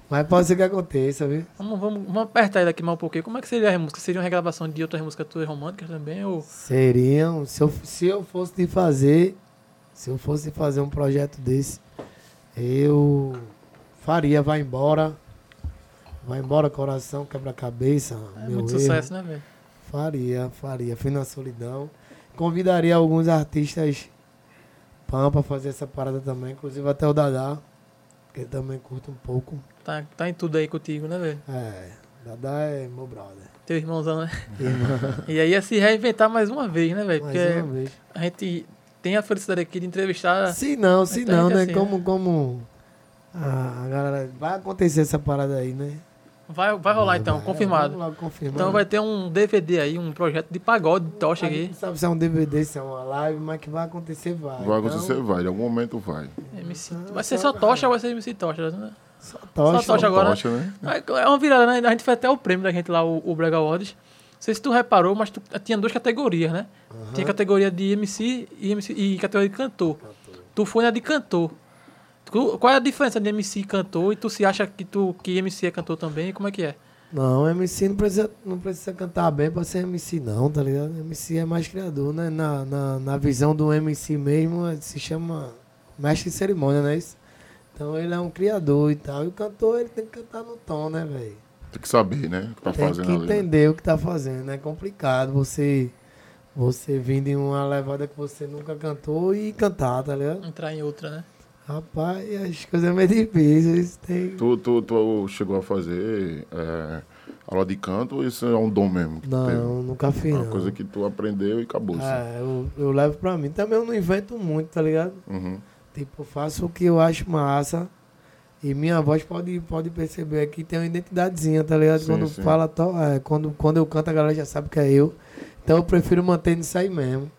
Mas pode ser que aconteça, viu?
Vamos, vamos, vamos apertar ele aqui mais um pouquinho. Como é que seria a música? Seria uma regravação de outras músicas tuas românticas também? Ou
Seriam. um, Se eu, se eu fosse de fazer. Se eu fosse de fazer um projeto desse, eu faria, vai embora. Vai embora, coração, quebra-cabeça.
é
meu
muito
erro.
sucesso, né, velho?
Faria, faria. Fui na solidão. Convidaria alguns artistas Pampa pra fazer essa parada também, inclusive até o Dadá, que ele também curta um pouco.
Tá, tá em tudo aí contigo, né, velho?
É, Dadá é meu brother.
Teu irmãozão, né?
Irmão.
*laughs* E aí ia se reinventar mais uma vez, né, velho?
Mais
Porque
uma vez.
a gente tem a felicidade aqui de entrevistar.
Se não, se
Então,
não,
então
né?
assim,
como, como. Ah, galera, vai acontecer essa parada aí, né?
Vai, vai rolar então,
Vai,
confirmado.
vamos logo confirmar.
Então vai ter um DVD aí, um projeto de pagode de tocha
A gente
aqui.
Não sabe se é um DVD, se é uma live, mas que vai acontecer,
Ah,
vai.
Vai
Então,
acontecer, vai. Em algum momento vai.
MC... Vai ser só tocha ou vai ser MC tocha? né?
Só tocha.
Só tocha agora.
Tocha, né?
É uma virada, né? A gente fez até o prêmio da gente lá, o, o Brega Awards. Não sei se tu reparou, mas tu, tinha duas categorias, né? Tinha categoria de MC e, MC e categoria de cantor. Tu foi na de cantor. Tu- qual é a diferença de MC e cantor? E tu se acha que, tu, que MC é cantor também? Como é que é?
Não, MC não precisa, não precisa cantar bem pra ser MC, não, tá ligado? MC é mais criador, né? Na, na, na visão do MC mesmo, eh, se chama mestre de cerimônia, né? Isso? Então ele é um criador e tal. E o cantor, ele tem que cantar no tom, né, velho?
Tem que saber, né? O que tá
Tem que
fazendo ali. né?
entender o que tá fazendo. É complicado você, você vir de uma levada que você nunca cantou e cantar, tá ligado?
Entrar em outra, né?
Rapaz, as coisas é meio difíceis. Tem...
Tu, tu, tu chegou a fazer é, aula de canto ou isso é um dom mesmo? que tu teve?
Não, nunca
É
fiz.
uma
não.
coisa que tu aprendeu e acabou. assim.
Ah, eu, eu levo pra mim. Também eu não invento muito, tá ligado?
Uhum.
Tipo, eu faço o que eu acho massa. E minha voz pode, pode perceber aqui, tem uma identidadezinha, tá ligado?
Sim,
quando
sim.
fala, to- é, quando, quando eu canto, a galera já sabe que é eu. Então eu prefiro manter nisso aí mesmo.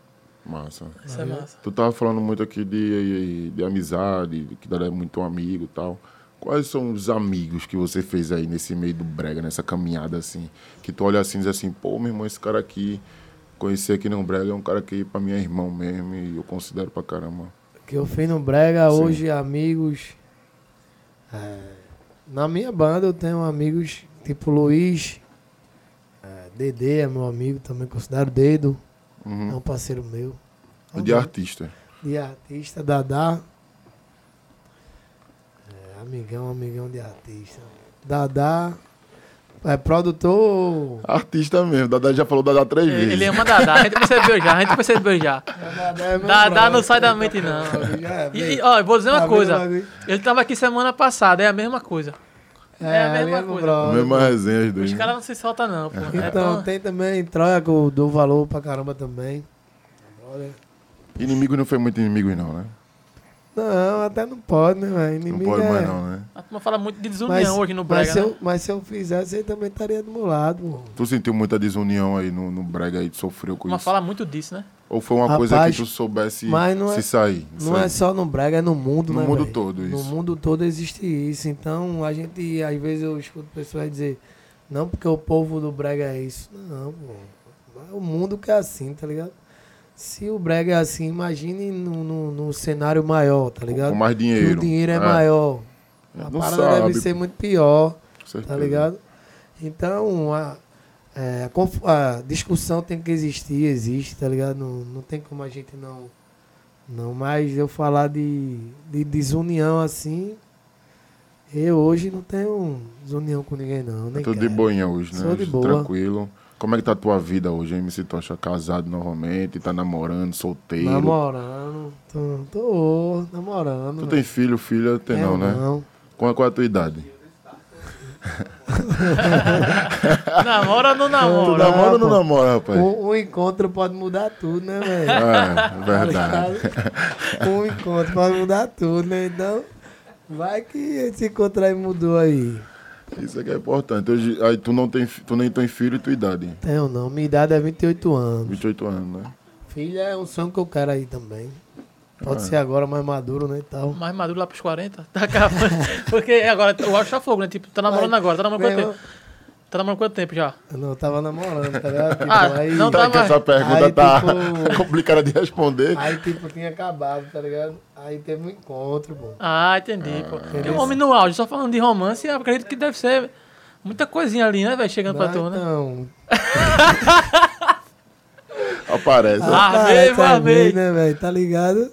Massa.
Isso é
Uhum.
massa.
Tu tava falando muito aqui de, de amizade, de que tu é muito amigo e tal. Quais são os amigos que você fez aí nesse meio do brega, nessa caminhada assim? Que tu olha assim e diz assim, pô, meu irmão, esse cara aqui, conheci aqui no brega, é um cara que pra mim é irmão mesmo e eu considero pra caramba.
que eu fiz no Brega
Sim.
hoje, amigos. é, na minha banda eu tenho amigos tipo Luiz, é, Dedê é meu amigo, também considero Dedo, é
Uhum.
um parceiro meu. Uhum.
De artista.
De artista, Dadá. É, amigão, amigão de artista. Dadá. É produtor.
Artista mesmo. Dada já falou Dada três vezes.
É, Ele ama Dadá, a gente percebeu já, a gente percebeu já.
Dadá, é meu
Dadá não
brother.
sai da mente, não.
*laughs* Já é,
E,
vem.
e, ó, eu vou dizer
Tá
uma
vendo
coisa.
logo aí?
Ele tava aqui semana passada, é a mesma coisa.
É, a mesma coisa.
A
um-
mesma resenha, os dois.
Os
né?
caras não se soltam, não, pô. É
Uhum. Então,
pra-
tem também Troia que eu dou valor pra caramba também. Olha.
Inimigo não foi muito inimigo, não, né?
Não, até não pode, né, velho? Inimigo
não pode
é...
mais, não, né?
A turma fala muito de desunião
Mas, um-
hoje no
mas,
Brega,
se
né?
eu, mas se eu fizesse, ele também estaria do meu lado, mano.
Tu sentiu muita desunião aí no, no brega aí, tu sofreu com
Uma
isso?
fala muito disso, né? *laughs*
Ou foi uma
Rapaz,
coisa que tu soubesse
mas não
se
é-
sair?
Não é
sair?
só no Brega, é no mundo,
No
né,
mundo
véi?
todo,
No
isso.
mundo todo existe isso. Então, a gente, às vezes, eu escuto pessoas dizer, não porque o povo do Brega é isso. Não, pô. É O mundo que é assim, tá ligado? Se o Brega é assim, imagine num no, no cenário maior, tá ligado?
Com mais
Que
dinheiro. é,
o dinheiro é, maior. A
Não
parada
sabe,
deve ser muito pior,
com certeza.
tá ligado? Então, a, é, a conf- a discussão tem que existir, existe, tá ligado? Não, não tem como a gente não. Não, mas eu falar de, de desunião assim. Eu hoje não tenho desunião com ninguém, não. Nem
Eu tô de
quero.
boinha hoje, né?
Sou de boa.
Tranquilo. Como é que tá a tua vida hoje, hein? MC Tocha? Casado novamente, tá namorando, solteiro.
Namorando. Tô, tô namorando.
Tu
né?
tem filho, filha? Tem
Quero
não, né?
Não.
Qual, qual é a tua idade?
Namora ou não
Tu
namora?
namora ou não
pô.
namora, rapaz?
Um, um encontro pode mudar tudo,
*laughs*
né, velho?
É,
Tá
verdade.
ligado? um encontro pode mudar tudo, né? Então, vai que esse encontro aí mudou aí.
Isso é que é importante. Hoje, aí tu, não tem, fi- tu nem tem filho e tua idade?
Tenho não, minha idade é 28 anos.
28 anos, né?
Filha é um sonho que eu quero aí também. Pode
Ah.
ser agora mais maduro, né, e tal.
Mais maduro lá pros 40? Tá acabando. *laughs* Porque agora, eu acho que tá fogo, né? Tipo, tá namorando
Vai.
agora, tá namorando
Meu
quanto tempo? Tá namorando quanto tempo já?
irmão- Não, eu tava namorando,
*laughs*
tá ligado? Tipo,
Ah,
aí,
não
Tá, que
Tava-
essa pergunta
aí,
tá
tipo-
*laughs* complicada de responder.
aí, tipo, tinha acabado, tá ligado? Aí teve um encontro, pô.
Ah, entendi, pô. Tem um
beleza.
homem no áudio, só falando de romance, eu acredito que deve ser muita coisinha ali, né, velho? Chegando pra tu, né?
Não,
Aparece.
Ah,
Aparece
amei, amei.
né, velho? Tá ligado?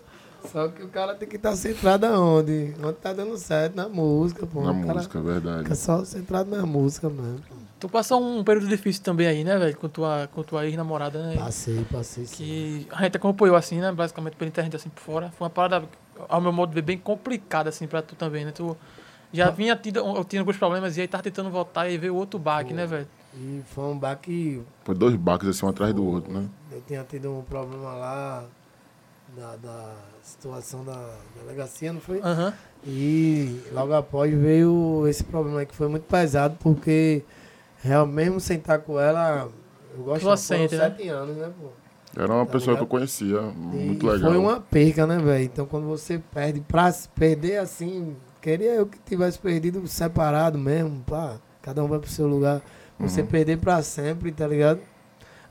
Só que o cara tem que estar centrado aonde? Onde tá dando certo, na música, pô.
Na
O cara
música, é verdade.
Fica só centrado na música, mano.
Tu passou um período difícil também aí, né, velho? Com tua, com tua ex-namorada, né?
Passei, passei sim.
que a gente acompanhou assim, né? Basicamente pela internet assim por fora. Foi uma parada, ao meu modo de ver, bem complicada assim pra tu também, né? Tu
Ah.
já vinha tido, eu tinha alguns problemas e aí tava tentando voltar e veio outro baque, né, velho?
E foi um bar que
Foi dois barcos assim, um atrás do outro, né?
eu tinha tido um problema lá. da, da situação da delegacia, não foi?
Aham.
E logo após veio esse problema aí que foi muito pesado, porque real, mesmo sem estar com ela, eu gosto
Ela
dela, foram
sente, né?
sete anos, né, pô?
Era uma
Tá
pessoa
ligado?
que eu conhecia, muito
E
legal.
Foi uma perca, né, velho? Então quando você perde, pra se perder assim, queria eu que tivesse perdido separado mesmo, pá. Cada um vai pro seu lugar.
Uhum.
Você perder pra sempre, tá ligado?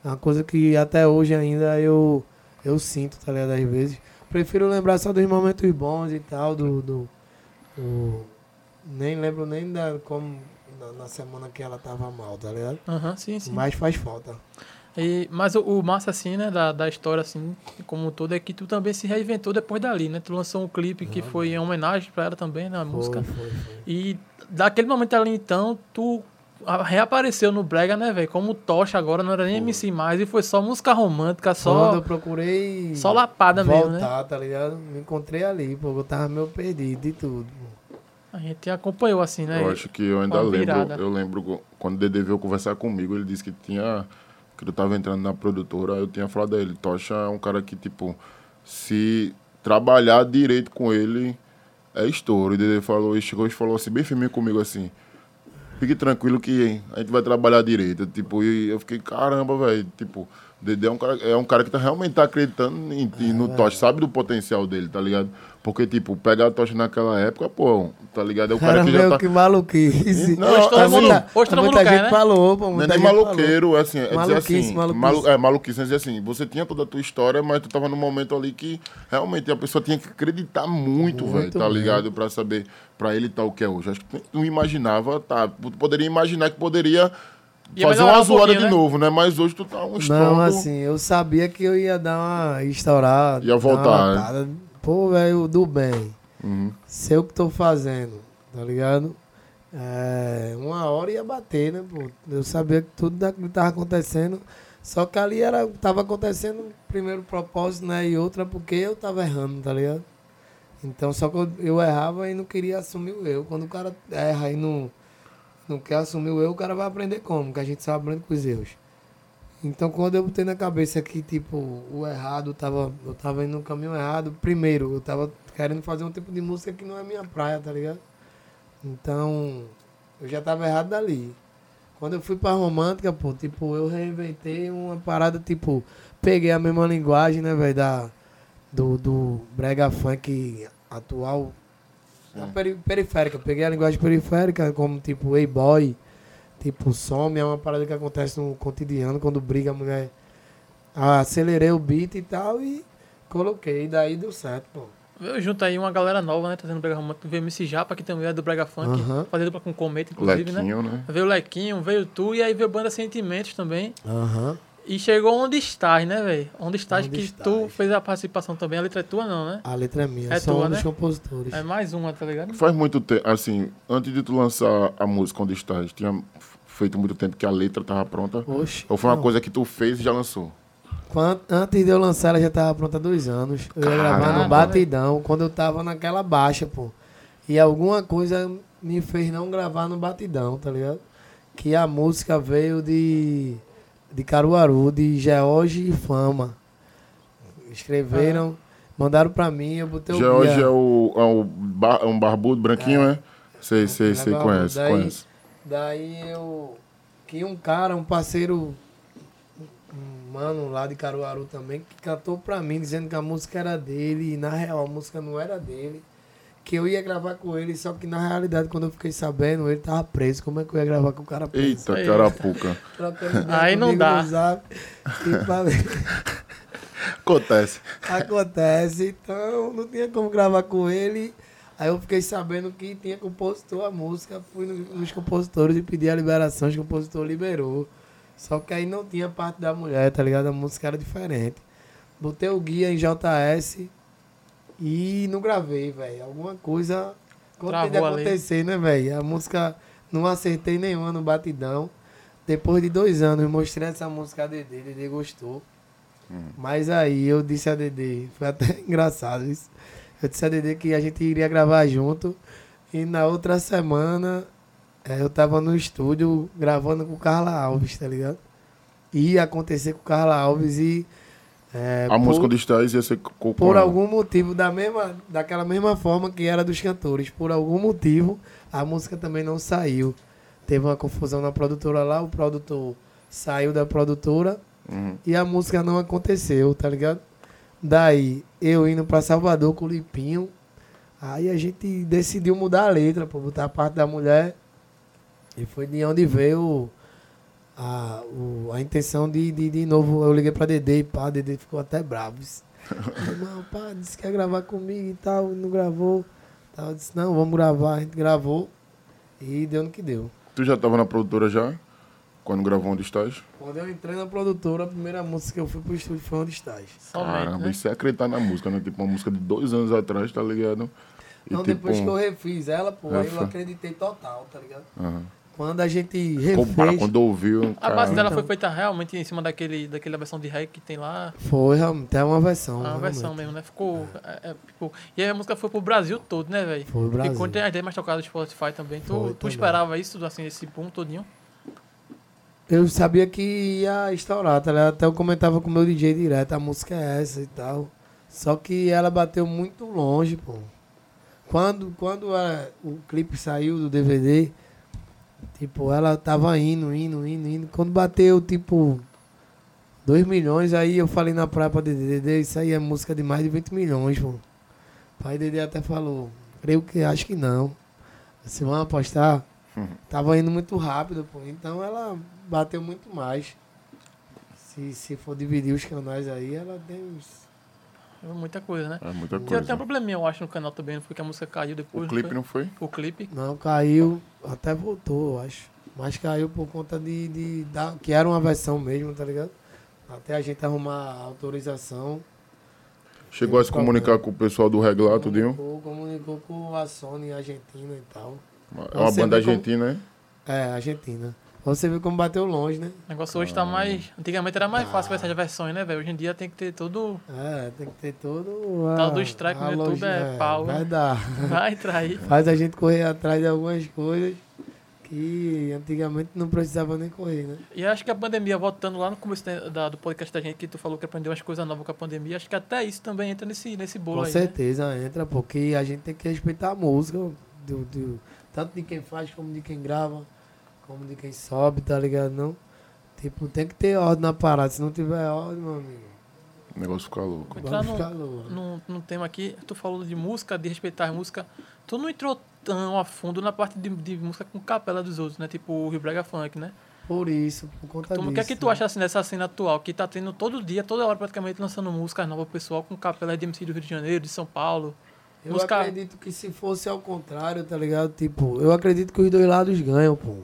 É uma coisa que até hoje ainda eu, eu sinto, tá ligado? Às vezes. Prefiro lembrar só dos momentos bons e tal, do. do, do- nem lembro nem da como. Na, na semana que ela tava mal, tá ligado?
Aham, sim, sim.
Mas faz falta.
E, mas o, o massa, assim, né, da, da história, assim, como um todo, é que tu também se reinventou depois dali, né? Tu lançou um clipe que foi em homenagem pra ela também, né, a música.
Uhum. Foi, foi, foi.
E daquele momento ali, então, tu a- reapareceu no Brega, né, velho? Como tocha agora, não era nem MC mais, e foi só música romântica,
Quando
só,
eu procurei.
só lapada
voltar,
mesmo, né?
tá ligado? Me encontrei ali, pô. Eu tava meio perdido de tudo. pô.
A gente acompanhou, assim, né?
Eu acho que eu ainda
Uma
lembro.
virada.
Eu lembro quando o Dede veio conversar comigo, ele disse que tinha. que eu tava entrando na produtora, eu tinha falado a ele, Tocha é um cara que, tipo, se trabalhar direito com ele, é estouro. E o Dede falou, e chegou e falou assim, bem firme comigo assim. Fique tranquilo que a gente vai trabalhar direito. Tipo, e eu fiquei, caramba, velho. Tipo, o Dedé é um cara, é um cara que tá realmente tá acreditando em,
É
ti, no Tocha, sabe do potencial dele, tá ligado? Porque, tipo, pegar a Tocha naquela época, pô, tá ligado? É o cara
Cara,
que
meio
já tá.
que maluquice.
Não, Hoje todo
Tá
mundo-
hoje todo
muita
mundo cai,
gente
né?
falou, pô.
Não é
Muita
nem
gente falou.
maloqueiro, é assim, é dizer
Maluquice,
assim.
maluquice.
malu- é, maluquice, é dizer assim, você tinha toda a tua história, mas tu tava num momento ali que realmente a pessoa tinha que acreditar muito, velho, tá ligado? Pra saber, pra ele tá o que é hoje. Acho que tu não imaginava, tá? Tu poderia imaginar que poderia
Ia
fazer
melhorar
uma
um
zoada
pouquinho,
de
né?
novo, né? Mas hoje tu tá um estrondo.
Não, assim, eu sabia que eu ia dar uma instaurar.
Ia voltar, né?
Pô, velho, do bem.
Uhum.
Sei o que tô fazendo, tá ligado? É, uma hora ia bater, né, pô? Eu sabia que tudo daquilo que tava acontecendo. Só que ali era, tava acontecendo um primeiro propósito, né? E outra porque eu tava errando, tá ligado? Então, só que eu, eu errava e não queria assumir o eu. Quando o cara erra e não, não quer assumir o eu, o cara vai aprender como, que a gente só aprende com os erros. Então, quando eu botei na cabeça que, tipo, o errado, tava, eu tava indo no caminho errado, primeiro, eu tava querendo fazer um tipo de música que não é minha praia, tá ligado? Então, eu já tava errado dali. Quando eu fui pra romântica, pô, tipo, eu reinventei uma parada, tipo, peguei a mesma linguagem, né, velho, da, do, do brega funk atual, da peri- periférica. Eu peguei a linguagem periférica, como, tipo, ei boy, tipo, some, é uma parada que acontece no cotidiano, quando briga a mulher. Ah, Acelerei o beat e tal e coloquei, e daí deu certo, pô.
Veio junto aí uma galera nova, né? Trazendo o Brega Romântico. Veio MC Japa, que também é do Brega Funk.
Aham.
Fazendo com Cometa, inclusive, né?
Lequinho, né?
Veio o Lequinho, veio tu. E aí veio Banda Sentimentos também.
Aham.
E chegou onde estás, né, velho? Onde estás
Onde
que
Estás.
tu fez a participação também. A letra é tua, não, né?
A letra é minha,
É
sou
tua,
um dos
né?
compositores.
É mais uma, tá ligado?
Faz muito tempo, assim, antes de tu lançar a música Onde Estás, tinha f- feito muito tempo que a letra tava pronta.
Oxe.
Ou foi uma
não.
coisa que tu fez e já lançou?
Quan- Antes de eu lançar, ela já tava pronta há dois anos. Eu ia gravar
Caramba.
no Batidão, quando eu tava naquela baixa, pô. E alguma coisa me fez não gravar no Batidão, tá ligado? Que a música veio de, de Caruaru, de George e Fama. Escreveram, mandaram pra mim, eu botei o
George
guia.
é, o, é o bar- é um barbudo branquinho, é? Sei, sei, sei,
barbudo,
conhece,
daí-
conhece.
Daí eu. Que um cara, um parceiro. Um mano lá de Caruaru também, que cantou pra mim dizendo que a música era dele. E na real, a música não era dele. Que eu ia gravar com ele, só que na realidade, quando eu fiquei sabendo, ele tava preso. Como é que eu ia gravar com o cara preso?
Eita,
Aí.
carapuca.
Trocando ideia
Aí não
comigo
dá.
no Zap. Tipo, E pra
Acontece.
Acontece, então não tinha como gravar com ele. Aí eu fiquei sabendo que tinha compositor a música, fui no- nos compositores e pedi a liberação, os compositores liberou. Só que aí não tinha parte da mulher, tá ligado? A música era diferente. Botei o guia em JS e não gravei, velho. Alguma coisa quando de
Travou ali.
acontecer, né, velho? A música não acertei nenhuma no batidão. Depois de dois anos, eu mostrei essa música a Dedê, Dedê gostou. Mas aí eu disse a Dedê, foi até *laughs* engraçado isso. Eu disse a Dedê que a gente iria gravar junto. E na outra semana eh, eu tava no estúdio gravando com o Carla Alves, tá ligado? E ia acontecer com o Carla Alves e É,
a
por-
música dos Tais ia ser co-
Por
com-
algum motivo, da mesma, daquela mesma forma que era dos cantores. Por algum motivo, a música também não saiu. Teve uma confusão na produtora lá, o produtor saiu da produtora
Uhum.
e a música não aconteceu, tá ligado? Daí, eu indo pra Salvador com o Limpinho, aí a gente decidiu mudar a letra, pra botar a parte da mulher. E foi de onde veio a, o- a intenção de, de, de novo. Eu liguei pra Dedê e pá, Dedê ficou até bravo. Disse, Irmão, pá, disse que ia gravar comigo e tal, e não gravou. Tal. Eu disse, não, vamos gravar. A gente gravou e deu no que deu.
Tu já estava na produtora já? Quando gravou um dos Tais?
Quando eu entrei na produtora, a primeira música que eu fui pro estúdio foi Onde Estás.
Somente,
Caramba,
né?
isso é acreditar na música, né? Tipo, uma música de dois anos atrás, tá ligado? E tipo,
Não, Então, depois que eu refiz ela, pô, aí eu
Ufa.
acreditei total, tá ligado?
aham.
Quando a gente
Pô, para
refez.
quando ouviu.
A base
é caramba.
dela foi feita realmente em cima daquele, daquela versão de reggae que tem lá.
Foi, realmente, é uma versão.
A versão
realmente.
mesmo, né? Ficou. é, é, tipo, e aí a música foi pro Brasil todo, né, velho?
Foi o Brasil.
Ficou entre as 10 mais tocadas do Spotify também. Tu,
Foi
tu
também.
esperava isso, assim, esse boom todinho?
Eu sabia que ia estourar, tá ligado? Até eu comentava com o meu DJ direto, a música é essa e tal. Só que ela bateu muito longe, pô. Quando, quando é, o clipe saiu do DVD, tipo, ela tava indo, indo, indo, indo. Quando bateu, tipo, 2 milhões, aí eu falei na praia pra Dedê, Dedê, isso aí é música de mais de 20 milhões, pô. Aí Dedê até falou, creio que, acho que não. Se vão apostar, Tava indo muito rápido, pô. Então ela bateu muito mais. Se, se for dividir os canais aí, ela tem uns.
Muita coisa, né?
É muita
Tem até um
coisa.
probleminha, eu acho, no canal também, não foi que a música caiu depois.
O clipe
né?
foi?
não foi?
O clipe.
Não, caiu. Até voltou, eu acho. Mas caiu por conta de. de da, que era uma versão mesmo, tá ligado? Até a gente arrumar a autorização.
Chegou a se
Teve
comunicar com o pessoal do Reglar, tudinho?
comunicou, comunicou com a Sony Argentina e tal.
É uma
Você
banda
vê como-
argentina, né?
É, Argentina. Você viu como bateu longe, né?
O negócio hoje tá mais. Antigamente era mais
Ah.
fácil essas versões, né, velho? Hoje em dia tem que ter tudo. *laughs*
É, tem que ter todo. a-
Tal do strike no
a
YouTube
logi-
é pau, né?
Vai dar.
Vai trair.
faz a gente correr atrás de algumas coisas que antigamente não precisava nem correr, né?
E acho que a pandemia, voltando lá no começo da- da- do podcast da gente, que tu falou que aprendeu umas coisas novas com a pandemia, acho que até isso também entra nesse, nesse bolo
Com
aí. né?
certeza entra, porque a gente tem que respeitar a música, do, do- tanto de quem faz como de quem grava, como de quem sobe, tá ligado? Não? Tipo, tem que ter ordem na parada, se não tiver ordem, meu amigo,
O negócio fica louco.
Entrar
vamos
no-
ficar louco.
num, num tema aqui, tu falou de música, de respeitar a música. Tu não entrou tão a fundo na parte de, de música com capela dos outros, né? Tipo o Rio Brega Funk, né?
Por isso, por conta
Tu-
disso.
O que é que tu
né?
acha assim, dessa cena atual? Que tá tendo todo dia, toda hora praticamente lançando músicas novas pro pessoal com capela de MC do Rio de Janeiro, de São Paulo.
Eu
Buscar-
acredito que se fosse ao contrário, tá ligado? Tipo, eu acredito que os dois lados ganham, pô.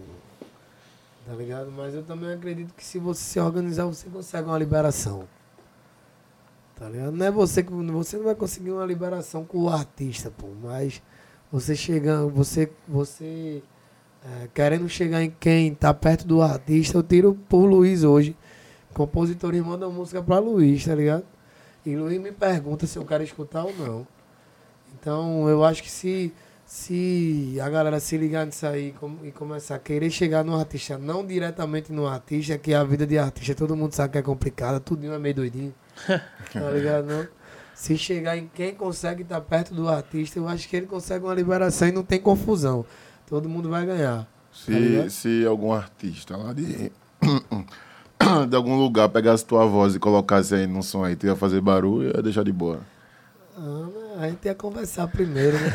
Tá ligado? Mas eu também acredito que se você se organizar, você consegue uma liberação. Tá ligado? Não é você que. Você não vai conseguir uma liberação com o artista, pô. Mas você chegando, você. Você. é, querendo chegar em quem tá perto do artista, eu tiro por Luiz hoje. Compositores mandam música pra Luiz, tá ligado? E Luiz me pergunta se eu quero escutar ou não. Então eu acho que se, se a galera se ligar nisso aí e com- e começar a querer chegar no artista, não diretamente no artista, que a vida de artista todo mundo sabe que é complicada, tudinho é meio doidinho.
*laughs*
tá ligado? Não? Se chegar em quem consegue estar perto do artista, eu acho que ele consegue uma liberação e não tem confusão. Todo mundo vai ganhar. Tá
Se,
ligado?
se algum artista lá de. *coughs* de algum lugar pegasse tua voz e colocasse aí num som aí, tu ia fazer barulho e ia deixar de boa.
Ah, mas a gente ia conversar primeiro, né?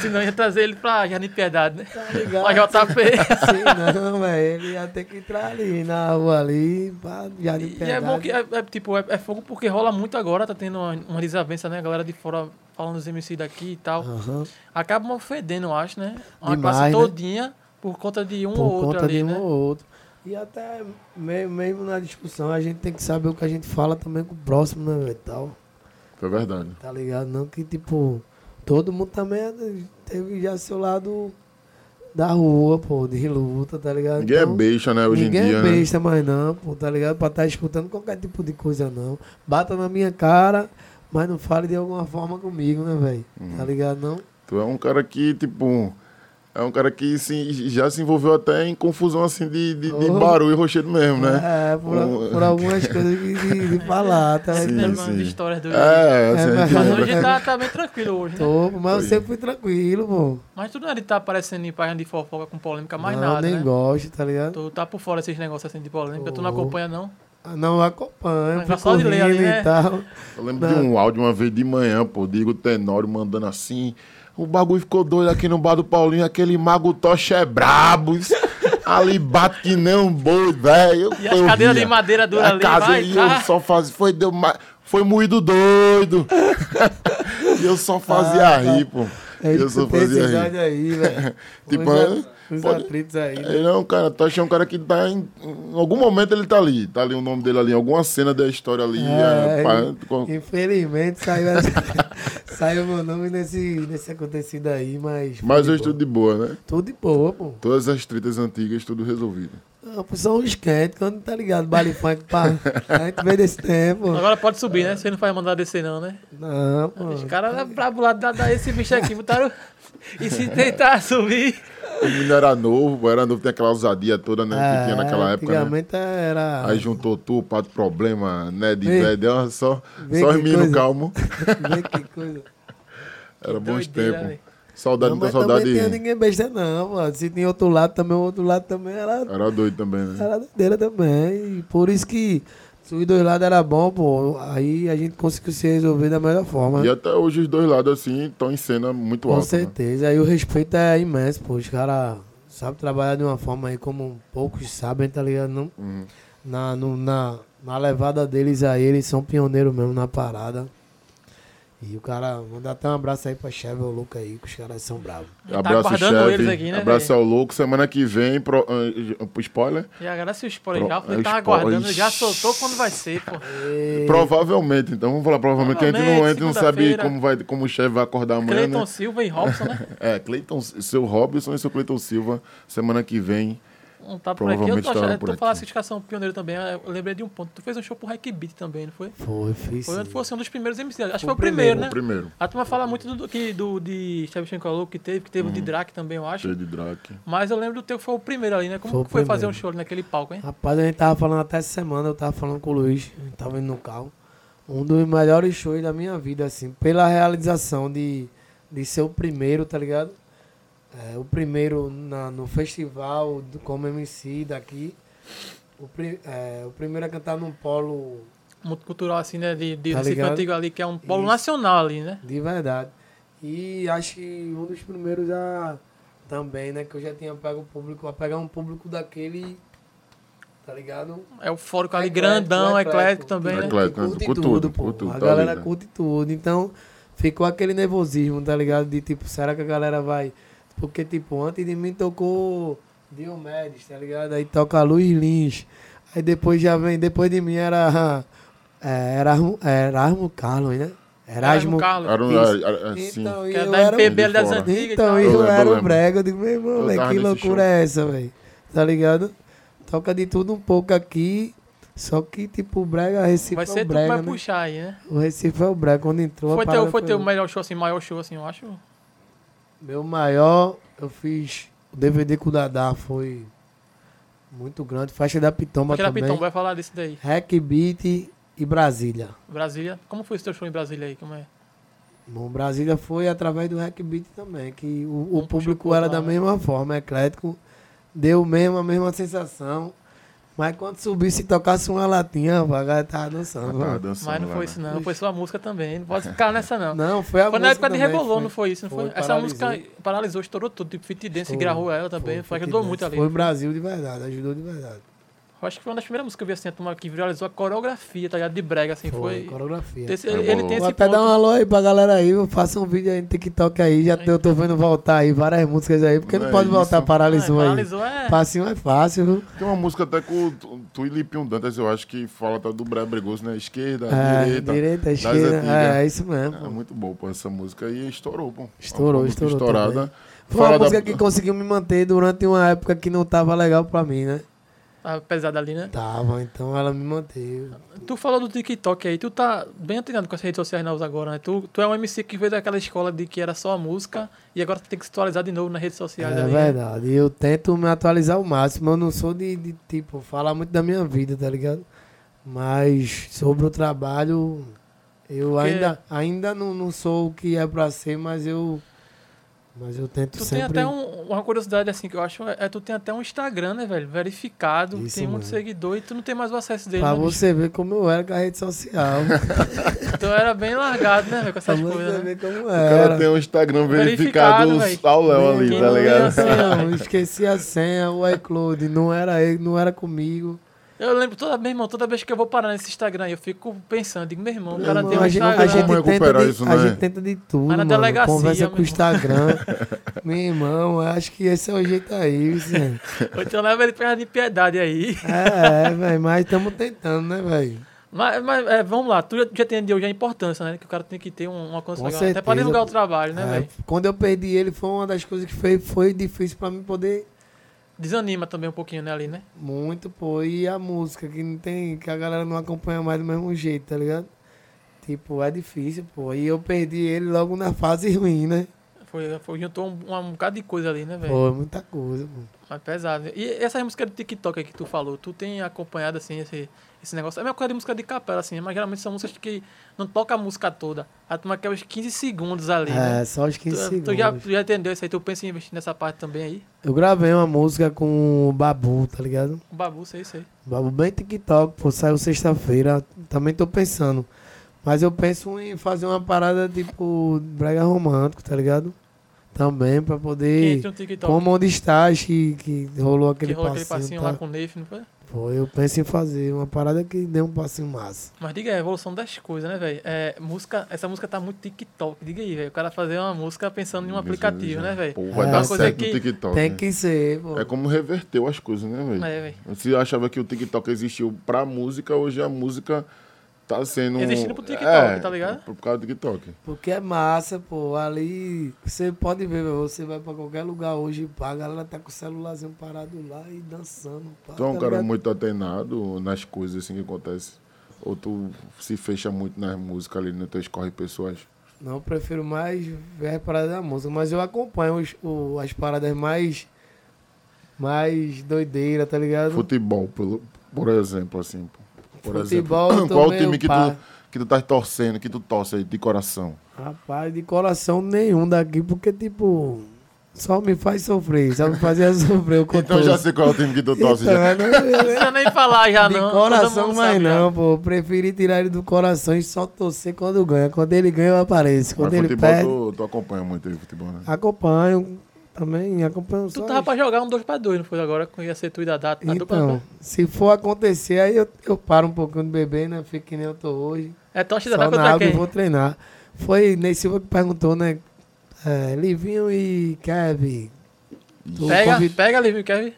Senão ia trazer ele pra Jardim Piedade, né? *laughs*
Tá ligado?
Pra *laughs* JP.
Sim, não, velho. Ele ia ter que entrar ali na rua ali, pá, já de
E é bom que é, é, tipo, é, é fogo porque rola muito agora, tá tendo uma, uma desavença, né? A galera de fora falando dos MC daqui e tal.
Aham.
Acabam ofendendo, eu acho, né? Uma
Demais,
classe
né?
todinha por conta de um
por
ou outro
conta
ali,
de um
né?
ou outro. E até me- mesmo na discussão, a gente tem que saber o que a gente fala também com o próximo, né, velho? e Tal,
Foi verdade.
tá ligado? Não que, tipo, todo mundo também teve já seu lado da rua, pô, de luta, tá ligado?
Ninguém
Então,
é besta, né, hoje em
ninguém
dia,
é
né?
besta mais não, pô, tá ligado? Pra estar escutando qualquer tipo de coisa, não. Bata na minha cara, mas
Hum.
não fale de alguma forma comigo, né, velho? Tá ligado, não?
Tu é um cara que, tipo, É um cara que se- já se envolveu até em confusão assim de, de, de
Oh.
barulho e rochedo mesmo, né?
É, por,
Um-
por algumas coisas que de, de falar, tá?
*laughs* Sim,
Lembra umas
sim.
histórias do.
É, assim, a gente
Mas
mas-
hoje
lembra.
tá, tá bem tranquilo hoje, né?
Tô, mas eu sempre fui tranquilo, pô.
Mas tu não ele tá aparecendo em página de fofoca com polêmica mais
não,
nada,
nem
né?
gosto, tá ligado?
Tu tá por fora desses negócios assim de polêmica, tu não
Tô.
acompanha não?
Ah, Não acompanho,
Mas já
fico
só de ler ali,
rindo
né?
*laughs*
e tal.
Eu lembro de um áudio uma vez de manhã, pô, Digo Tenório mandando assim. O bagulho ficou doido aqui no bar do Paulinho, aquele Mago Tocha é brabo. isso- Ali bate que nem um boi, velho.
E as cadeiras de madeira dura ali,
casa,
vai,
E
tá.
eu só fazia. Foi, deu, ma- foi moído doido. *laughs* e eu só fazia
Ah,
rir,
tá.
pô.
É
Eu só
escutei esse
fazia rir.
episódio aí, velho.
*laughs* Tipo,
Os a-
é,
os
pode-
atritos aí. né?
Ele é um cara, Tocha é um cara que tá em. Em algum momento ele tá ali. Tá ali o nome dele ali, em alguma cena da história ali.
É,
é, pá, com-
Infelizmente saiu,
*laughs*
*laughs* saiu meu nome nesse, nesse acontecido aí, mas. foi
Mas
de
hoje tudo de boa, né?
boa. Tudo de boa, pô.
Todas as tretas antigas, tudo resolvido.
Ah, pô, São os quentes, quando tá ligado, baile funk, pá. A gente vem desse
*laughs*
tempo.
Agora pode subir, né? Você não vai mandar descer não, né?
Não, pô.
Os caras eram brabo lá da, da esse bicho aqui, botaram. E se tentar subir.
O menino era novo, pô, era novo, tem aquela ousadia toda, né? que tinha naquela época, né?
Ah, É, Antigamente ah. era. *laughs*
Aí juntou tu, pato problema, né? De
Vê.
velho, deu só,
Vê
só os
que
meninos
coisa.
calmos.
Vê que coisa.
Era bons
doideira,
tempos.
velho.
Saudade,
Não,
muita
mas também
saudade.
tinha ninguém besta, não, mano. Se tinha outro lado também, o outro lado também era,
Era doido também, né?
era doideira também. E por isso que se os dois lados era bom, pô. Aí a gente conseguiu se resolver da melhor forma.
E é até hoje os dois lados, assim, estão em cena muito
Com
alta. né?
certeza. Aí o respeito é imenso, pô. Os caras sabem trabalhar de uma forma aí como poucos sabem, tá ligado? Não,
Uhum.
na, no- na, na levada deles aí, eles são pioneiros mesmo na parada. E o cara, mandar até um abraço aí pra Chevy, o Luca aí, que os caras são bravos.
Tá
Abraço,
guardando eles aqui,
chefe.
né,
Abraço
velho?
ao louco. Semana que vem, pro, ah, spoiler.
E agora se o spoiler
Pro-
já, ele
é,
tava
spoiler.
aguardando, já soltou quando vai ser, pô.
É.
Provavelmente, então vamos falar provavelmente, que a gente não, a gente não sabe
Provavelmente,
como, vai, como o chefe vai acordar amanhã. né?
Cleiton Silva e Robson, né?
É, Cleiton, seu Robson e seu Cleiton Silva, semana que vem.
Não tá por aqui. Eu
Provavelmente
tô assim achando,
estavam
tu
por
falasse
aqui.
que os caras são pioneiros também. Eu lembrei de um ponto. Tu fez um show pro Hack Beat também, não foi?
Foi, fiz.
Foi,
sim.
foi assim, um dos primeiros MC. Acho que foi o primeiro, né?
O primeiro.
A turma fala muito do, do, que, do de Shevchenko Louco que teve, que
Uhum.
teve o de Drac também, eu acho.
Cheio de Drake.
Mas eu lembro do teu que foi o primeiro ali, né? Como
Foi o
que foi fazer um
primeiro. Ah.
show ali naquele palco, hein?
Rapaz, a gente tava falando até essa semana, eu tava falando com o Luiz, a gente tava indo no carro. Um dos melhores shows da minha vida, assim, pela realização de, de ser o primeiro, tá ligado? É, o primeiro na- no festival do, como MC daqui. O, pri- é, o primeiro a cantar num polo
Muito cultural, assim, né? De, de
Tá
Recife
ligado?
Antigo ali, que é um polo
Isso.
nacional ali, né?
de verdade. E acho que um dos primeiros a também, né? Que eu já tinha pego o público, a pegar um público daquele, tá ligado?
É o fórum ali,
Eclético,
grandão,
eclético.
eclético também, né?
Eclético. né?
curte
Curte
tudo,
tudo,
pô.
curte tudo,
a
tá
galera
ligado?
curte tudo. Então, ficou aquele nervosismo, tá ligado? De tipo, será que a galera vai. Porque, tipo, antes de mim tocou Diomedes, tá ligado? Aí toca Luiz Lins. Aí depois já vem, depois de mim era. É, Erasmo, Erasmo Carlos, né?
Erasmo
Erasmo
Carlos.
Era um,
Isso.
era- era- assim,
Então, e
Que é
eu
da
era.
MPB ali das
Então,
antigas
Então,
e
eu
tal.
eu
lembro,
era
eu
um
lembro.
brega. Eu digo, meu irmão,
Eu
moleque,
tava
que
nesse
loucura
show.
é essa, velho? Tá ligado? Toca de tudo um pouco aqui. Só que, tipo, o brega, Recife
Vai
é
ser
o
tu que
brega,
vai
né?
puxar aí, né?
O Recife é o brega. Quando entrou, a
Foi
parada
teu, foi teu
outra.
melhor show, assim, maior show, assim, eu acho.
Meu maior, eu fiz o DVD com o Dadá, foi muito grande. Faixa da Pitomba
Porque era
também.
Pitão, vai falar desse daí.
Hack Beat e Brasília.
Brasília. Como foi esse teu show em Brasília aí? Como é?
Bom, Brasília foi através do Hack Beat também, que o, o
Um puxou pro
público
outro
era da
lado.
mesma forma, eclético, deu mesmo a mesma sensação. Mas quando subisse e tocasse uma latinha, a galera tava dançando.
Tava
mano.
tá dançando
Mas não
lá,
foi
né?
isso, não. Foi sua música também. Não pode ficar nessa, não.
Não, foi a
Foi na época
música
de
também,
Rebolou, não foi isso? Não foi?
foi,
Essa
paralisou.
música paralisou, estourou tudo. Tipo, Fit Dance
Foi,
gravou ela também. Foi, ajudou muito ali. né?
Foi o Brasil de verdade, ajudou de verdade.
Eu acho que foi uma das primeiras músicas que eu vi assim, a turma que viralizou a coreografia, tá ligado? De brega, assim. Foi.
coreografia.
Tem esse-
Rebolou.
ele, ele tem
Vou
esse
até dar um
ponto.
alô aí pra galera aí, eu faço um vídeo aí no TikTok aí, já eu tô vendo voltar aí várias músicas aí, porque não,
Não é
pode voltar,
isso.
paralisou
Ah,
aí.
paralisou, é.
Passinho é fácil, viu?
Tem uma música até com o Tu- Tu e Lipinho Dantas, eu acho que fala tá, do Bré Bregoso, né? Esquerda,
É,
direita.
direita,
das
esquerda,
antigas.
é, é isso mesmo.
É
pô.
muito bom, pô, essa música. E estourou, pô.
Estourou,
Uma música
estourou
Estourada.
Foi uma
Fala da- *laughs*
música que conseguiu me manter durante uma época que não tava legal pra mim, né?
Tava pesado ali, né?
Tava, então ela me manteve.
Tu falou do TikTok aí, tu tá bem atinado com as redes sociais novas agora, né? Tu, tu é um MC que veio daquela escola de que era só a música e agora tu tem que se atualizar de novo nas redes sociais.
É
ali, né?
verdade. Eu tento me atualizar o máximo. Eu não sou de, de, tipo, falar muito da minha vida, tá ligado? Mas sobre o trabalho, eu
Porque-
ainda, ainda não, não sou o que é pra ser, mas eu. Mas eu tento
Tu
sempre.
tem até um- uma curiosidade assim que eu acho, é tu tem até um Instagram, né, velho? Verificado,
Isso,
tem muito
mano.
seguidor e tu não tem mais o acesso dele.
Pra
né, bicho?
você ver como eu era com a
*laughs*
rede social.
Tu Então era bem largado, né, velho, com
*laughs* pra
essas
você
coisas. Né?
ver como
O cara
era.
tem um Instagram
Verificado,
verificado,
véi.
ao Léo ali,
Quem
tá
não lê a
ligado?
senha,
Não, *laughs* esqueci a senha, o iCloud, não era ele, não era comigo.
Eu lembro toda vez, irmão, toda vez que eu vou parar nesse Instagram, aí, eu fico pensando, digo, meu irmão, o
Meu
cara
irmão,
tem um
a gente,
Instagram.
a gente
Como
tenta
recuperar
de,
isso,
a
né?
gente tenta de tudo,
é? Mas na
mano.
delegacia,
Conversa com
meu irmão.
o
*laughs*
Instagram. meu irmão, eu acho que esse é o jeito aí, Vicente.
Ou *laughs* Então leva ele pra casa de piedade aí.
É, é, velho, mas estamos tentando, né, velho?
Mas, mas, é, vamos lá, tu já, já entendeu já a importância, né? Que o cara tem que ter um, uma coisa
Com
legal, até pra
certeza.
divulgar o trabalho, né,
É,
velho?
quando eu perdi ele, foi uma das coisas que foi, foi difícil pra mim poder
Desanima também um pouquinho, né, ali, né?
muito, pô. E a música, que não tem, que a galera não acompanha mais do mesmo jeito, tá ligado? Tipo, é difícil, pô. E eu perdi ele logo na fase ruim, né?
Foi, foi, juntou um, um, bocado de coisa ali, né, velho?
Pô, é muita coisa, pô.
Mas É pesado. E essas músicas do TikTok aí que tu falou, tu tem acompanhado, assim, esse, esse negócio? É a mesma coisa de música de capela, assim, mas geralmente são músicas que não toca a música toda. A turma quer os 15 segundos ali, né?
É, só os 15
Tu,
segundos.
tu, já, tu já entendeu isso aí? Tu pensa em investir nessa parte também aí?
Eu gravei uma música com o Babu, tá ligado?
O Babu, sei, sei.
O Babu bem TikTok, pô, saiu sexta-feira. Também tô pensando. Mas eu penso em fazer uma parada tipo brega romântico, tá ligado? Também pra
Quem
poder.
entra no TikTok?
Como onde estás que, que rolou
que
aquele
rolou aquele
passinho.
passinho
tá?
lá com o Neif, não foi?
Pô, eu penso em fazer uma parada que dê um passinho massa.
Mas diga aí, a evolução das coisas, né, velho? É, música, essa música tá muito TikTok. Diga aí, velho. O cara fazer uma música pensando em um aplicativo, né, velho?
Pô, vai
É.
dar
Uma coisa
certo
que
no TikTok.
Tem
né?
que ser, pô.
É como reverteu as coisas, né, velho?
É, velho.
Você achava que o TikTok existiu pra música, hoje a música tá sendo. É,
Existindo pro TikTok, tá ligado?
Por causa do TikTok.
Porque é massa, pô. Ali, você pode ver, velho, você vai pra qualquer lugar hoje, pá, a galera tá com o celularzinho parado lá e dançando, pá.
Tu é um
tá
cara
ligado?
muito atenado nas coisas assim que acontecem. Ou tu se fecha muito nas músicas ali, no teu escorre pessoas.
Não, eu prefiro mais ver as paradas da música, mas eu acompanho os- o- as paradas mais. mais doideira, tá ligado?
Futebol, por, por exemplo, assim. pô. Por
Futebol, eu
exemplo. *laughs*
tô
Qual o
meio
time que
pá.
tu, que tu tá torcendo, que tu torce aí de coração?
Rapaz, de coração nenhum daqui, porque, tipo. Só me faz sofrer, só me fazia *laughs* sofrer. Eu
Então já sei qual é o time que tu torce.
Então,
já.
eu não-
Não precisa nem falar já,
De
Ah, não.
coração, mas
mais
não, pô. Eu preferi tirar ele do coração e só torcer quando ganha. Quando ele ganha, eu apareço. Quando
Mas
ele
futebol
perde,
tu, tu acompanha muito aí, futebol, né?
acompanho. Também acompanho
Tu
só.
tava pra jogar um 2x2, não foi agora? Com ia ser tu e Dadá. a dupla,
Então,
né?
se for acontecer, aí eu, eu paro um pouquinho de beber, né? Fico que nem eu tô hoje.
É Tocha e
Só
Dadá
na
contra
água e
quem?
vou treinar. Foi Ney Silva que perguntou, né? É, Livinho e Kevin. Tu
Pega,
convi-
pega ali, viu, Kevin?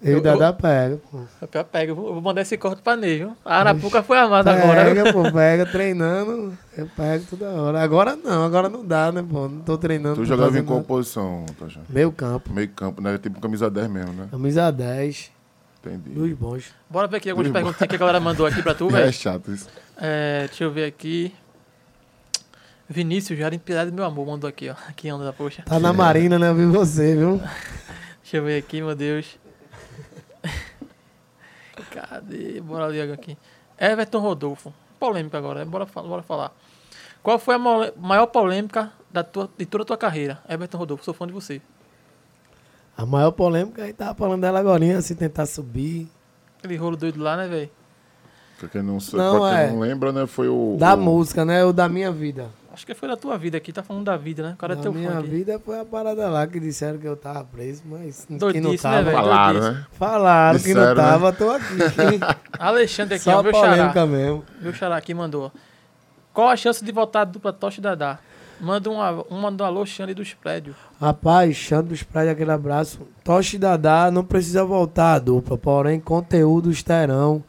Eu e
Eu-
Dadá pega, pô.
Eu pior pega, eu vou eu vou mandar esse corte pra Ney, viu? A Arapuca foi amada agora. viu?
Pega, pô, pega treinando. Eu pego toda hora. Agora não, agora não dá, né, pô? Não tô treinando.
Tu
não
jogava em
fazendo né?
qual
nada.
posição, Tocha?
Meio campo.
Meio campo, né? Tipo camisa 10 mesmo, né?
Camisa 10,
Entendi.
dos bons.
Bora ver aqui algumas
Irmão.
perguntinhas que a galera mandou aqui pra tu,
É
velho.
chato isso.
É, deixa eu ver aqui. Vinícius, já era empilhado, meu amor, mandou aqui, ó. Aqui onda da poxa.
Tá na Marina, né? Vi você, viu?
Deixa eu ver aqui, meu Deus. *laughs* Cadê? Bora ler aqui. Everton Rodolfo. Polêmica agora, né? bora, fa- bora falar. Qual foi a mole- maior polêmica da tua, de toda a tua carreira? Everton Rodolfo, sou fã de você.
A maior polêmica, aí tava falando dela agora, se tentar subir.
Aquele rolo doido lá, né, velho?
Pra quem não, sa-
Não,
pra quem
é.
não lembra, né? Foi o.
Da
o-
música, né? Ou da minha vida.
Acho que foi da tua vida aqui, tá falando da vida, né? O cara é
da
teu
minha
fã aqui.
vida foi a parada lá que disseram que eu tava preso, mas que não
Doidice, né,
tava.
velho?
Falaram, né?
Falaram que não
Disseram, né?
tava,
*laughs*
tô aqui.
Alexandre aqui,
Só
ó,
a
meu xará.
polêmica mesmo.
Meu xará aqui mandou. Qual a chance de voltar a dupla Tocha e Dadá? Manda um, a- um, manda um alô, Xande dos prédios.
Rapaz, Xandro dos Praias, aquele abraço. Toche Dadá não precisa voltar a dupla, porém conteúdos terão.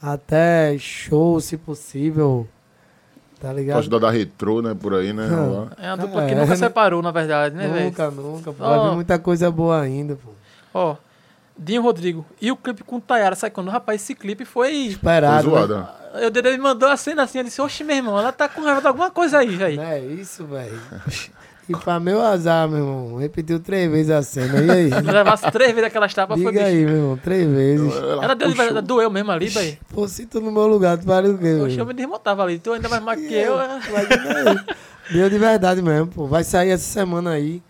Até show, se possível. Tá ligado?
Pode dar da retrô, né? Por aí, né?
Não.
Lá.
É uma dupla que
É,
nunca
né?
separou, na verdade, né, velho?
nunca, nunca. Pô,
Ó.
Vai vir muita coisa boa ainda, pô.
Ó, Dinho Rodrigo. E o clipe com Tayara sai quando? Rapaz, esse clipe foi.
Esperado.
Foi zoada.
né?
Eu ele mandou a cena assim, eu disse, oxe, meu irmão, ela tá com raiva de alguma coisa aí, velho.
Né?
Não é isso, velho. E pra meu azar, meu irmão, repetiu três vezes a cena. E aí?
Levasse três vezes aquelas tapas, foi
Diga
bicho.
aí, meu irmão, três vezes.
Ela deu de
puxou.
verdade, doeu mesmo ali, velho.
Pô, se tu no meu lugar, tu faria o quê, meu?
Oxe, eu me desmontava ali, tu ainda mais mais que eu. é.
Imagina aí. *laughs* Deu de verdade mesmo, pô. Vai sair essa semana aí.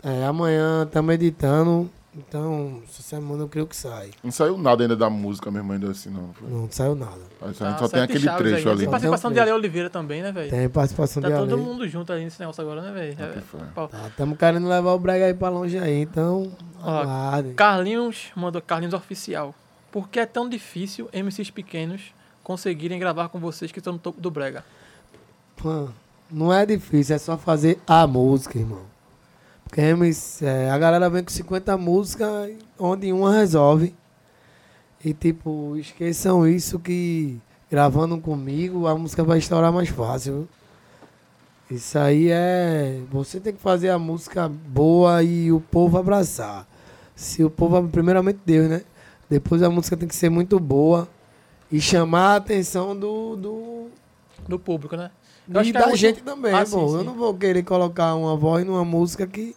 É, amanhã estamos editando. Então, essa semana eu creio que sai.
Não saiu nada ainda da música mesmo, ainda assim, não. Foi-
Não saiu nada.
A gente
Ah,
só tem
Sete
aquele
Chaves
trecho um
aí,
ali.
Tem participação
Tem um
de Ale Oliveira também, né, velho?
Tem participação
Tá
de
todo
Ale.
mundo junto aí nesse negócio agora, né, velho? É,
Tá foi.
pau.
Estamos querendo levar o Brega aí pra longe aí, então.
Ó,
Aguardem.
Carlinhos mandou Carlinhos Oficial. Por que é tão difícil MCs pequenos conseguirem gravar com vocês que estão no topo do brega?
Pô, Não é difícil, é só fazer a música, irmão. Porque MC, é, a galera vem com 50 músicas, onde uma resolve. E tipo, esqueçam isso que gravando comigo a música vai estourar mais fácil. viu? Isso aí é. Você tem que fazer a música boa e o povo abraçar. Se o povo. Primeiramente Deus, né? Depois a música tem que ser muito boa e chamar a atenção do- do,
Do público, né? Eu acho
e
que
da
a
gente
última-
também,
Ah,
pô.
sim,
Eu
sim.
não vou querer colocar uma voz numa música que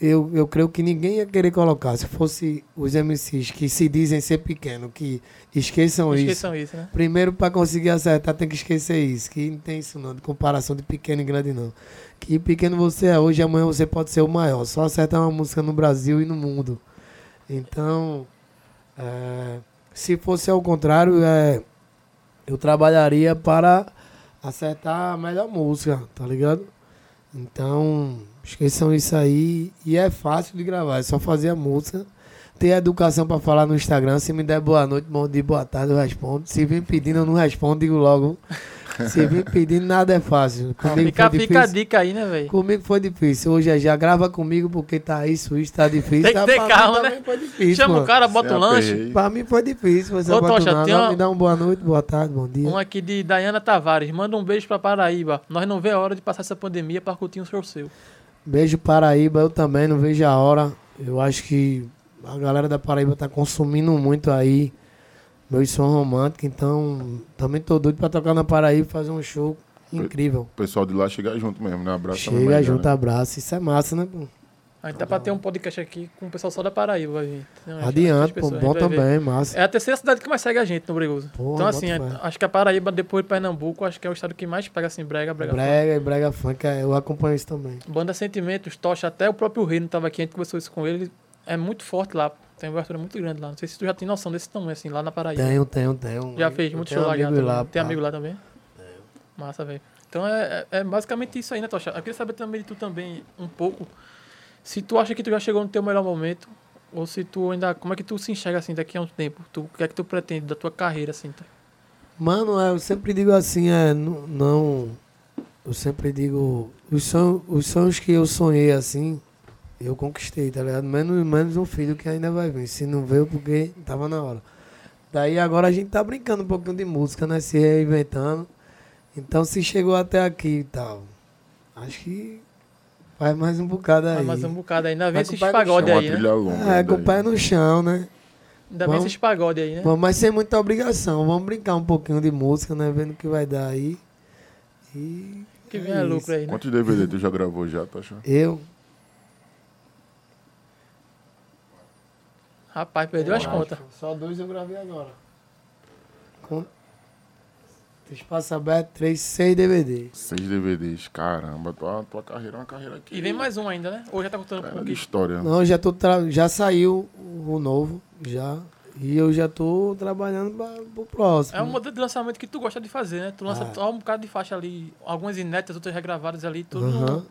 eu, eu creio que ninguém ia querer colocar. Se fosse os MCs que se dizem ser pequeno, que esqueçam,
Esqueçam isso, né?
isso. Primeiro, para conseguir acertar, tem que esquecer isso. Que não tem isso não, de comparação de pequeno e grande não. Que pequeno você é hoje, amanhã você pode ser o maior. Só acertar uma música no Brasil e no mundo. Então, é, se fosse ao contrário, é, eu trabalharia para acertar a melhor música, tá ligado? Então, esqueçam isso aí. E é fácil de gravar, é só fazer a música. Ter a educação para falar no Instagram. Se me der boa noite, bom dia, boa tarde, eu respondo. Se vir pedindo, eu não respondo, digo logo. Se vir pedindo, nada é fácil. Comigo
Fica,
foi
fica a
difícil.
dica aí, né, velho?
Comigo foi difícil. Hoje é já grava comigo porque tá isso, isso tá difícil.
Tem que
Tá,
ter
pra mim
calma,
também
né?
Foi difícil,
Chama
mano.
o cara, bota o
Sem
lanche.
aperreio.
Pra mim foi difícil. Você
Ô,
bota
Tocha,
um nada,
tem uma-
me dá um boa noite, boa tarde, bom dia.
Um aqui de Dayana Tavares. Manda um beijo pra Paraíba. Nós não vê a hora de passar essa pandemia pra curtir um show seu.
Beijo Paraíba, eu também não vejo a hora. Eu acho que a galera da Paraíba tá consumindo muito aí meus sons românticos, então também tô doido pra tocar na Paraíba e fazer um show incrível.
O pessoal de lá chega junto mesmo, né? Abraço também,
Chega
né?
junto, abraço. Isso é massa, né, pô?
A gente tá pra ter um podcast aqui com o pessoal só da Paraíba, vai vir. Tem umas- outras
Adiante, pô.
pessoas, a
Bom
gente vai ver.
também, massa.
É a terceira cidade que mais segue a gente no Bregoso.
Porra,
Então, assim,
bota
a- acho que a Paraíba, depois de Pernambuco, acho que é o estado que mais pega, assim, brega, brega.
Brega e brega funk, é, eu acompanho isso também.
Banda Sentimentos, Tocha, até o próprio Reino tava aqui, a gente conversou isso com ele. ele É muito forte lá, pô. tem uma abertura muito grande lá. Não sei se tu já tem noção desse tamanho, assim, lá na Paraíba.
Tenho, tenho, tenho.
Já fez
Eu
muito
tenho um
show lá, já
amigo
também. Tem
pá.
amigo lá também? Massa, velho. Então é, é é basicamente isso aí, né, Tocha? Eu queria saber também de tu também um pouco. Se tu acha que tu já chegou no teu melhor momento, ou se tu ainda. Como é que tu se enxerga assim daqui a um tempo? Tu, o que é que tu pretende da tua carreira, assim? Tá?
Mano, é, eu sempre digo assim, é, nu- não. Eu sempre digo. Os sonhos, os sonhos que eu sonhei assim, eu conquistei, tá ligado? Menos, menos um filho que ainda vai vir. Se não veio, porque tava na hora. Daí agora a gente tá brincando um pouquinho de música, né? Se reinventando. Então se chegou até aqui e tal. Acho que vai mais um bocado aí.
Ah, mas um bocado aí. Ainda vem
Vai com
esses
o pé no
É
pagode
uma
aí, né?
trilha longa.
É,
daí.
com o pé no chão, né?
Ainda vem
Vamos.
esses pagode aí, né?
Bom, mas sem muita obrigação. Vamos brincar um pouquinho de música, né? Vendo o que vai dar aí. E.
Que
é
vem é lucro aí, né?
Quantos DVD tu já gravou já, tá achando?
Eu?
Rapaz, perdeu as contas.
Só dois eu gravei agora. Com. Espaço aberto, três, seis DVD.
Seis DVDs, caramba. Tua, tua carreira é uma carreira que...
E vem mais um ainda, né? Ou já tá contando
Cara
com
de
isso?
história. né?
Não, já tô tra... já saiu o novo, já. E eu já tô trabalhando pra, pro próximo.
É um modelo de lançamento que tu gosta de fazer, né? Tu lança
Ah.
só um bocado de faixa ali, algumas inéditas, outras regravadas ali, tudo
Aham,
num-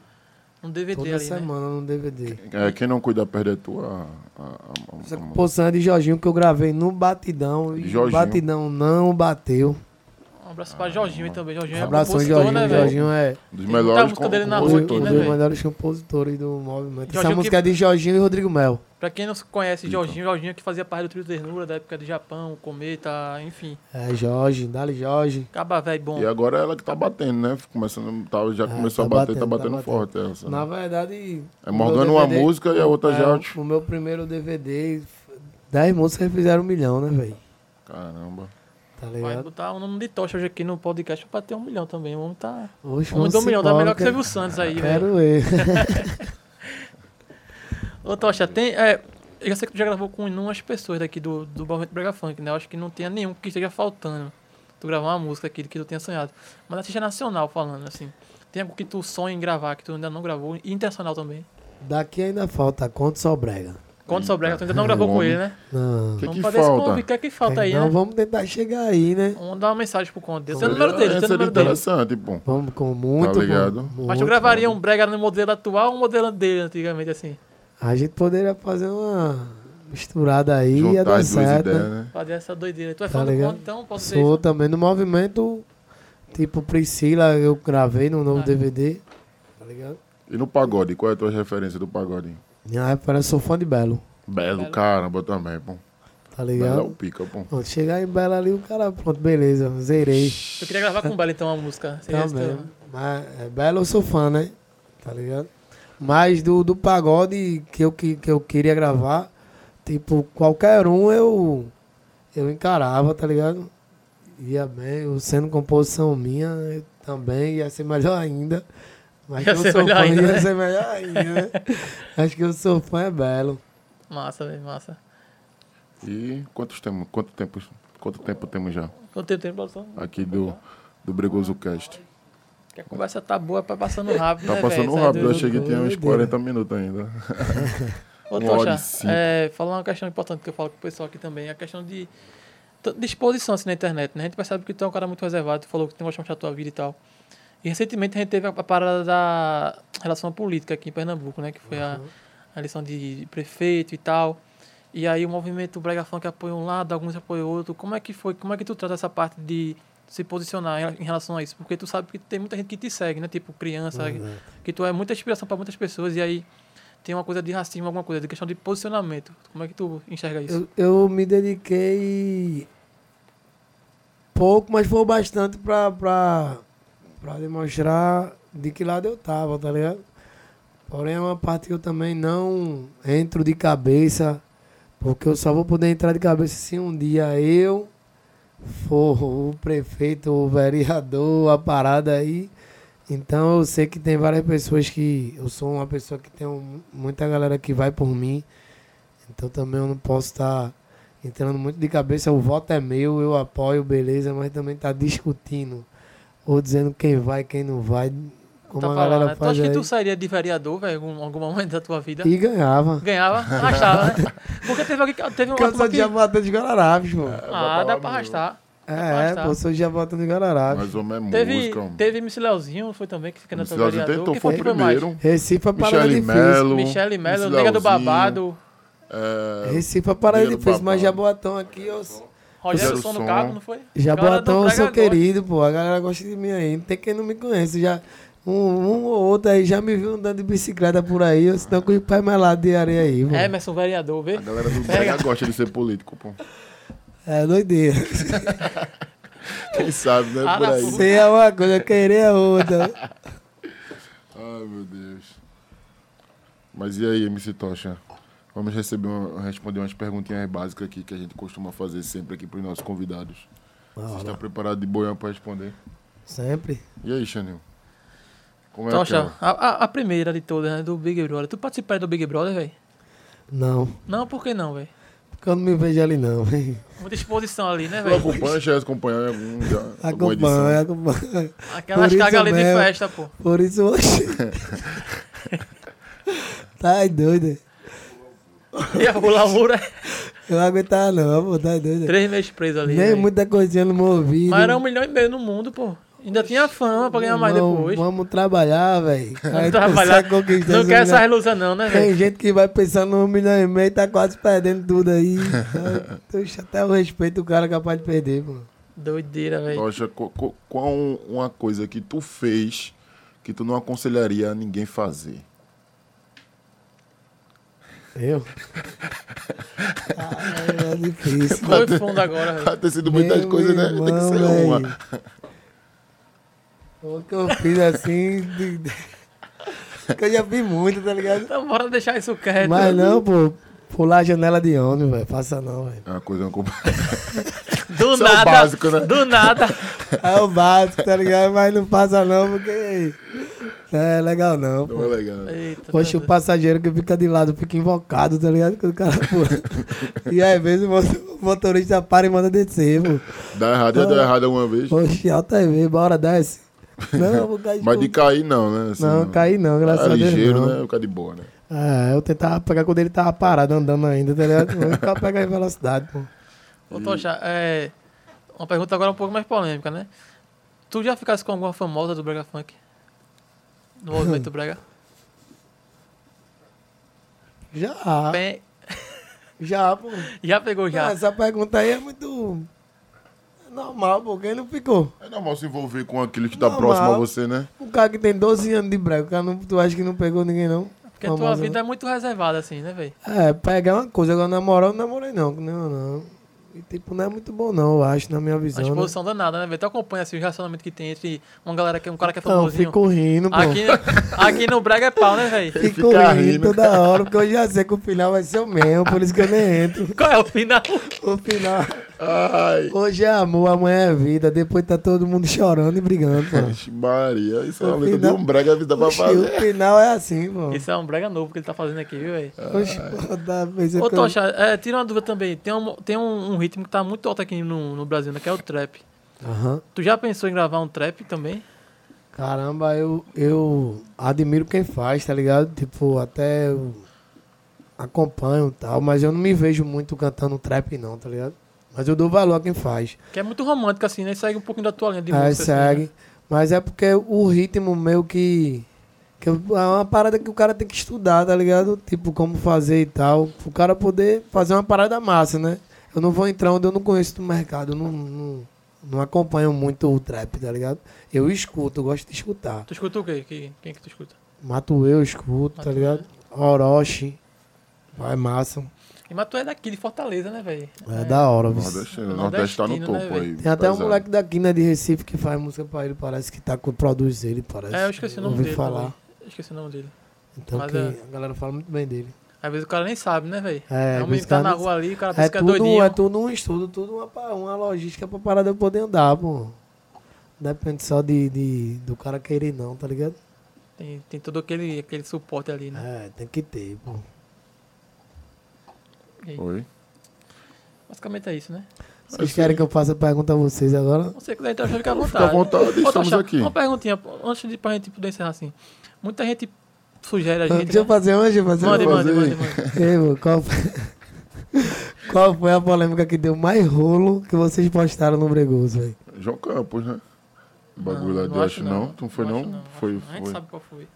num DVD
Toda
ali, né?
semana no DVD.
É, quem não cuida perde a tua... A, a, a-
Essa
a-
composição é de Jorginho que eu gravei no batidão. E o
Jorginho.
batidão não bateu.
Um abraço pra Jorginho aí também. Jorginho é
Abração,
compositor,
Jorginho.
né, velho?
Jorginho é
dos
muita
melhores
Tá música dele na
um
rua
dos
aqui, né,
dos
velho?
melhores compositores do movimento.
Jorginho
Essa música
que-
é de Jorginho e Rodrigo Mel.
Pra quem não se conhece
Então.
Jorginho, Jorginho é que fazia parte do Trio Ternura, da época de Japão, Cometa, enfim.
É, Jorge, dali Jorge.
Caba velho bom.
E agora ela que tá batendo, né? Começando, tá, já
É,
começou
tá
a bater, tá
batendo, tá
batendo
batendo.
forte essa.
Na verdade.
É
o meu
morgando uma
DVD
música e a outra
é,
já...
O meu primeiro DVD 10 músicas fizeram um milhão, né, velho?
Caramba.
Tá
Vai
ligado?
botar o nome de tocha hoje aqui no podcast pra ter um milhão também. O homem tá.
Oxe,
O homem do
vamos
milhão, tá
embora,
melhor que o Silvio
quero-
Santos
É
aí, velho.
Quero ver.
Ô, Tocha, tem. É, eu sei que tu já gravou com inúmeras pessoas daqui do, do Movimento Brega Funk, né? Eu acho que não tenha nenhum que esteja faltando. Tu gravar uma música aqui que tu tenha sonhado. Mas artista nacional falando, assim. Tem algo que tu sonha em gravar, que tu ainda não gravou, e internacional também.
*laughs* Daqui ainda falta Conto Só Brega.
Conta sobre Brega, tu ainda não gravou com
Hum, Homem.
ele, né?
Não.
Que-
Vamos
que
fazer esse
falta?
convite, o que é que falta aí,
Então
né?
vamos tentar chegar aí, né?
Vamos dar uma mensagem pro Conde. Esse é o
Seria-
número dele, esse é o
Seria
número dele.
interessante, pô.
Vamos com muito.
Tá ligado?
Muito,
Mas tu gravaria um brega no modelo atual ou um modelo dele antigamente, assim?
A gente poderia fazer uma misturada aí e ia
Juntar
dar
as duas
certo.
ideias,
né?
né?
Fazer essa doideira. Tu é
Tá
fã do
ligado?
Conde, então posso dizer
Sou
isso.
também no movimento, tipo Priscila, eu gravei no novo
Ah.
DVD. Tá ligado?
E no pagode, qual é a tua referência do pagode?
Minha época eu sou fã de Belo.
Belo,
Belo.
caramba, também, pô.
Tá
Belo é o
ligado?
pica, pô.
Pronto, chegar em Belo ali, o cara, pronto, beleza, zerei.
Eu queria gravar com o Bela então uma música. Seria
Tá
esse teu-
mesmo. Mas é Belo eu sou fã, né? Tá ligado? Mas do, do pagode que eu, que, que eu queria gravar, tipo, qualquer um eu, eu encarava, tá ligado? Ia bem, eu sendo composição minha, eu também ia ser melhor ainda. Mas
Ia
que eu
ser
sou
melhor
fã,
ainda,
ia
né?
ser melhor ainda,
*laughs*
né? Acho que eu sou fã é belo.
Massa, velho, massa.
E quantos temos? Quanto tempo, quanto tempo temos já?
Quanto tempo tem produção?
Aqui do, do Bregoso Cast.
Porque a conversa tá boa, tá passando rápido,
Tá
né,
passando
velho?
rápido, eu
Isso
achei
é
que tinha uns
doideira.
40 minutos ainda.
Ô,
Uma hora e
Tocha,
cinco.
é, falar uma questão importante que eu falo com o pessoal aqui também, é a questão de t- de exposição assim, na internet, né? A gente percebe que tu é um cara muito reservado, tu falou que tu não gosta de mostrar a tua vida e tal. E recentemente a gente teve a a parada da relação à política aqui em Pernambuco, né? Que foi a, a eleição de prefeito e tal. E aí o movimento Brega Funk apoia um lado, alguns apoiam outro. Como é que foi? Como é que tu trata essa parte de se posicionar em- em relação a isso? Porque tu sabe que tem muita gente que te segue, né? Tipo criança,
Uhum.
que tu é muita inspiração para muitas pessoas e aí tem uma coisa de racismo, alguma coisa, de questão de posicionamento. Como é que tu enxerga isso?
Eu, eu me dediquei pouco, mas foi o bastante pra, pra, pra demonstrar de que lado eu tava, tá ligado? Porém, é uma parte que eu também não entro de cabeça, porque eu só vou poder entrar de cabeça se um dia eu for o prefeito, o vereador, a parada aí. Então eu sei que tem várias pessoas que. Eu sou uma pessoa que tem um- muita galera que vai por mim. Então também eu não posso estar entrando muito de cabeça. O voto é meu, eu apoio, beleza, mas também tá discutindo. Ou dizendo quem vai, quem não vai. Como
Tá
a
falando,
galera
né? Tu
faz
acha que
aí.
tu né? sairia de vereador, velho, em algum, algum momento da tua vida?
E ganhava.
Ganhava, arrastava, né? Porque teve alguém que. Teve uma
Porque eu
turma
sou
que...
diabota de Guararapes, pô.
Ah, dá
Vai pra lá
pra
mesmo.
arrastar.
É,
tá.
é pô, eu sou diabota de Guararapes.
Mas o homem é
Teve,
música, homem.
teve MC Leozinho, foi também que se candidatou a
Michelzinho
é vereador.
tentou,
Quem
então foi o
que mais?
primeiro. um
Recife é parada
Michele
difícil.
Melo.
Michele Melo,
Michelzinho,
Nega do Babado,
é,
Recife é parada
Dinheiro
difícil,
babado.
mas Jaboatão aqui, eu...
Rogério
Fizeram
Som no
som.
Cabo, não foi? Galera do
Jaboatão eu sou
Brega gosta.
querido, pô. A galera gosta de mim aí. Não tem quem não me conhece. Já, um, um ou outro aí já me viu andando de bicicleta por aí. Eu senão com o pai mais lá de areia aí, mano. É,
Emerson, vereador, vê?
a galera do Brega gosta de ser político, pô.
É doideira.
Quem sabe, né? Por aí.
Araçu.
Você é uma coisa, querer é outra.
Ai, meu Deus. Mas e aí, MC Tocha? Vamos receber uma- responder umas perguntinhas básicas aqui que a gente costuma fazer sempre aqui para os nossos convidados. Você está preparado de boião para responder?
Sempre.
E aí, Chanil? Como é
Tocha,
aquela?
a, a- a primeira de todas, né? Do Big Brother. Tu participaria do Big Brother, velho?
Não.
Não, por que não, velho?
Porque eu não me vejo ali, não, velho.
Muita exposição ali, né,
Tu
velho?
acompanha, já acompanha em algum, já, alguma edição?
Acompanha, acompanha.
Aquelas
Por isso
cargas ali de
mesmo.
festa, pô.
Por isso hoje. tá doido.
E a Rula
*laughs*
Mura,
Eu não aguentava não, pô, tá doido.
três meses preso ali.
Nem
velho.
muita coisinha no meu ouvido.
Mas era um milhão e meio no mundo, pô. Ainda tinha fama pra ganhar mais *laughs*
Vamos-
depois.
Vamos trabalhar, velho.
*laughs* Vamos trabalhar. Não quero essa
essa
ilusão, não, né,
Tem
velho?
gente que vai pensando no milhão e meio e tá quase perdendo
*laughs*
tudo aí. Deixa até o respeito do cara é capaz de perder, pô.
Doideira, velho.
Tocha, co- co- qual uma coisa que tu fez que tu não aconselharia a ninguém fazer?
Eu? ah, é difícil.
Foi fundo agora, velho.
Vai ter sido muitas
Meu
coisas, né? Tem
irmão,
que ser
véi.
uma. *laughs*
O que eu fiz assim. de- de- Que eu já vi muito, tá ligado?
Então bora deixar isso quieto.
Mas não, pô. Pular a janela de ônibus, velho. Faça não, velho.
É uma coisa *laughs* complicada.
*laughs* Do
Isso é o
nada.
básico, né?
Do
*laughs*
nada.
É o básico, tá ligado? Mas não passa não, porque. é Não é legal não.
Não é legal.
Eita,
Poxa,
meu
o
Deus.
passageiro que fica de lado fica invocado, tá ligado? Quando o cara pula. E às vezes o moto- o motorista para e manda descer, pô.
Dá errado, já deu errado alguma vez.
Oxe, alta TV, bora, desce. Não, vou cair de
Mas de
tipo,
boa.
cair, não, né? Assim,
Não, cair não, graças
é
a Deus.
ligeiro,
não.
né? Ficar de boa, né?
É, eu tentava pegar quando ele tava parado andando ainda, tá ligado? Eu tentava pegar em velocidade, pô.
Ô, Tocha, é, uma pergunta agora um pouco mais polêmica, né? Tu já ficasse com alguma famosa do Brega Funk? No
Hum.
movimento Brega?
Já,
Bem,
já, pô.
já pegou já.
Não, essa pergunta aí é muito normal, pô. Quem não ficou?
É normal se envolver com aquele que tá
Normal.
próximo a você, né?
Um cara que tem 12 anos de branco, o cara não, tu acha que não pegou ninguém, não?
Porque a tua
Famosa, né?
vida é muito reservada, assim, né, velho?
É, pegar é uma coisa, agora namorar eu não namorei não, não, não. E tipo, não é muito bom não, eu acho, na minha
Uma
visão. Né?
exposição danada, né, velho? Tu acompanha, assim, o relacionamento que tem entre uma galera que é um cara que é
Não,
famosinho.
fico rindo, pô.
Aqui, aqui no Brega é pau, né,
*laughs*
velho?
Fico
Fica
rindo,
rindo.
toda hora, porque eu já sei que o final vai ser o mesmo, por isso que eu nem entro.
Qual é o final?
O final.
Ai,
Hoje é amor, amanhã é vida, depois tá todo mundo chorando e brigando, pô.
Ixi, Maria, isso é uma
O
letra de
final-
um brega a vida pra
Oxi, o
fazer.
final é assim, pô.
Isso é um Brega novo que ele tá fazendo aqui, viu, velho?
Oxi, pô, dá pra ver
Ô, Tocha, é, tira uma dúvida também. Tem, um, tem um, um ritmo que tá muito alto aqui no, no Brasil, né? Que é o trap.
um- Aham.
Tu já pensou em gravar um trap também?
Caramba, eu, eu admiro quem faz, tá ligado? Tipo, até eu acompanho e tal, mas eu não me vejo muito cantando trap, não, tá ligado? Mas eu dou valor a quem faz.
Que é muito romântico, assim, né? Segue um pouquinho da tua linha de
Aí
música.
Ah, segue.
Assim,
Mas é porque o ritmo meu que. que é uma parada que o cara tem que estudar, tá ligado? Tipo, como fazer e tal. O cara poder fazer uma parada massa, né? Eu não vou entrar onde eu não conheço do mercado. Eu não, não, não acompanho muito o trap, tá ligado? Eu escuto, eu gosto de escutar.
né? Tu escuta o quê? Que- quem que tu escuta?
Mato eu, escuto, tá
Matuê.
ligado? Orochi. Vai massa.
E mas tu é daqui de Fortaleza, né, velho?
É, da hora, bicho.
Nordeste, Nordeste tá
Nordestino,
no
né,
topo aí.
velho?
Tem até um
pesado.
moleque daqui, né, de Recife, que faz música pra ele, parece que tá, co- produz ele, parece.
É, eu esqueci o nome
Ouvi
dele.
falar.
também. Eu Esqueci o nome dele.
Então
Mas
que
é-
a galera fala muito bem dele.
Às vezes o cara nem sabe, né, velho?
É,
É, um
por isso
menino
que
tá
ela
na
não-
rua ali, o cara
É
pensa que é
tudo,
doidinho.
é tudo um estudo, tudo uma, pa- uma logística pra parada poder andar, pô. Depende só de, de- do cara querer não, tá ligado?
Tem, tem todo aquele, aquele suporte ali, né?
É, tem que ter, pô.
E
Oi?
basicamente é isso, né?
Vocês querem que eu faça pergunta a vocês agora?
Não sei o que então fica à vontade.
Fica à vontade,
Ô,
estamos
Tocha,
aqui.
Uma perguntinha, pô, antes de pra gente poder encerrar assim. Muita gente sugere a gente.
Deixa eu
Né?
fazer hoje, fazer
Mande,
eu
mande, mande,
fazer.
mande.
Ei, vô, qual, foi... qual foi *laughs* a polêmica que deu mais rolo que vocês postaram no Bregoso, velho?
João Campos, né? O bagulho lá de acho não. Não foi não?
acho
Foi,
A gente
foi.
sabe qual foi.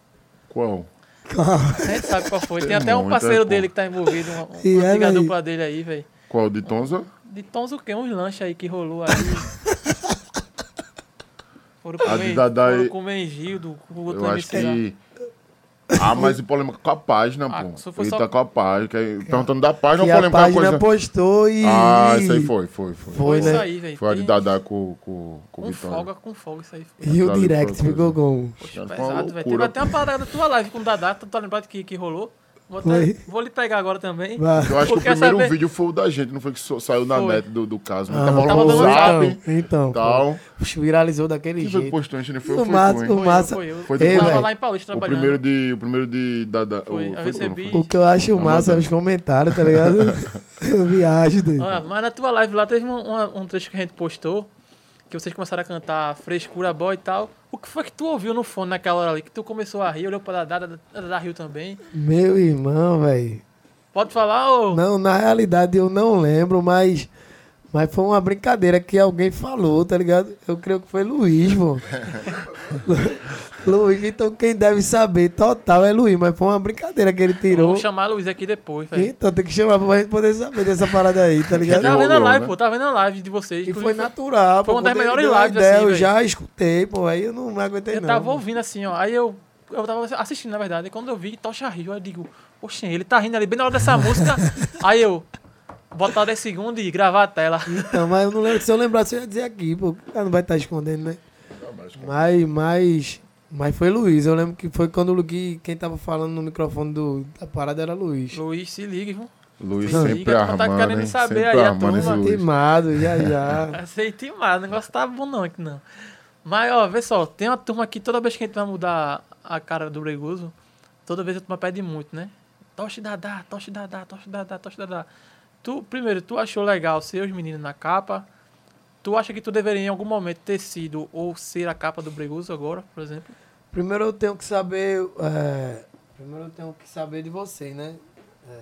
Qual?
A gente sabe qual foi. Tem
Tem
até um
muita,
parceiro
pô.
dele que tá envolvido, uma, uma
E é,
antiga
véi.
dupla dele aí, velho.
Qual de Tonza?
De tons o quê? Uns lanches aí que
*laughs*
rolou aí. Foram
A
comer,
de Dadai-
foram comer Gildo, o outro
Eu acho
MC lá.
que. Ah, mas o problema é com a página,
Ah,
pô.
se for
Ele
só-
tá com a página. que aí- Perguntando da página,
Que
o
a
polêmica é
página
coisa.
postou e.
Ah, isso aí foi, foi, foi.
Foi,
Isso
né?
aí, velho.
Foi a de
Tem-
Dadá com, com, com o
Com
Vitória.
Um folga, com folga, isso aí. Foi.
E o
Aquela ali
direct
foi uma
ficou um.
coisa.
como?
Poxa,
Foi uma
pesado, velho. Teve
loucura.
até uma parada da tua live com o Dadá, tu tá lembrado que, que rolou? Vou, até-
Foi.
vou lhe pegar agora também.
Vai.
Eu acho que o
um Porque essa
primeiro
vez-
vídeo foi o da gente, não foi que so- saiu na
Foi.
net do, do caso. Mas
Ah,
tava
tava dando
rolando um zap
então, então
e tal.
Puxa, viralizou daquele
Quem foi que
jeito.
postou enchendo? Foi
O
o Foi
Márcio-
tu, hein?
o
Foi eu,
massa.
Foi eu.
Foi
eu
Ei,
tava
velho.
lá em Paulista
O
trabalhando.
primeiro de. O primeiro de. Da, da,
Foi, eu
o,
recebi.
O que eu acho massa é os comentários, tá
*laughs*
ligado? eu viajo, doido.
Ah, mas na tua live lá teve um, uma- um trecho que a gente postou, que vocês começaram a cantar frescura boy e tal. O que foi que tu ouviu no fone naquela hora ali? Que tu começou a rir, olhou pra Dadá, Dadá, Dadá riu também.
Meu irmão, velho.
Pode falar, ô...
Não, na realidade eu não lembro, mas. Mas foi uma brincadeira que alguém falou, tá ligado? Eu creio que foi Luiz, pô. Lu- Luiz, então quem deve saber total é Luiz, mas foi uma brincadeira que ele tirou.
Vou chamar a Luiz aqui depois, velho.
Então tem que chamar pra gente poder saber dessa parada aí, tá
Tá
ligado?
vendo a
rolou,
live,
né?
pô. Tá vendo a live de vocês.
E foi
Inclusive,
natural,
foi
pô.
uma das
Quando ele
melhores
deu a
lives,
ideia,
assim,
Eu
velho.
já escutei, pô, aí eu não aguentei
Eu
não.
tava ouvindo assim, ó. Aí eu, eu tava assistindo, na verdade. E quando eu vi Tocha Rio, eu digo, poxa, ele tá rindo ali bem na hora dessa música. aí eu, botar 10 segundos e gravar a tela.
Então, mas eu não lembro, se eu lembrasse eu ia dizer aqui, pô. O cara não vai estar escondendo, né? Mas, mas, mas foi Luiz. Eu lembro que foi quando o Luiz, quem tava falando no microfone do, da parada era Luiz.
Luiz, se liga, viu?
Luiz
Liga,
sempre
tu tá
armando,
querendo
hein?
saber
Sempre
aí a
armando esse
turma.
Luiz.
Timado, já já.
Aceitei mais, o negócio tá bom não aqui não. Mas, ó, vê só, tem uma turma que toda vez que a gente vai mudar a cara do Bregoso, toda vez a turma pede muito, né? Toche dadá, toche dadá, toche dadá, toche dadá. Tu, primeiro, tu achou legal ser os meninos na capa? Tu acha que tu deveria em algum momento ter sido ou ser a capa do Bregoso agora, por exemplo?
Primeiro eu tenho que saber. é, primeiro eu tenho que saber de vocês, né? É,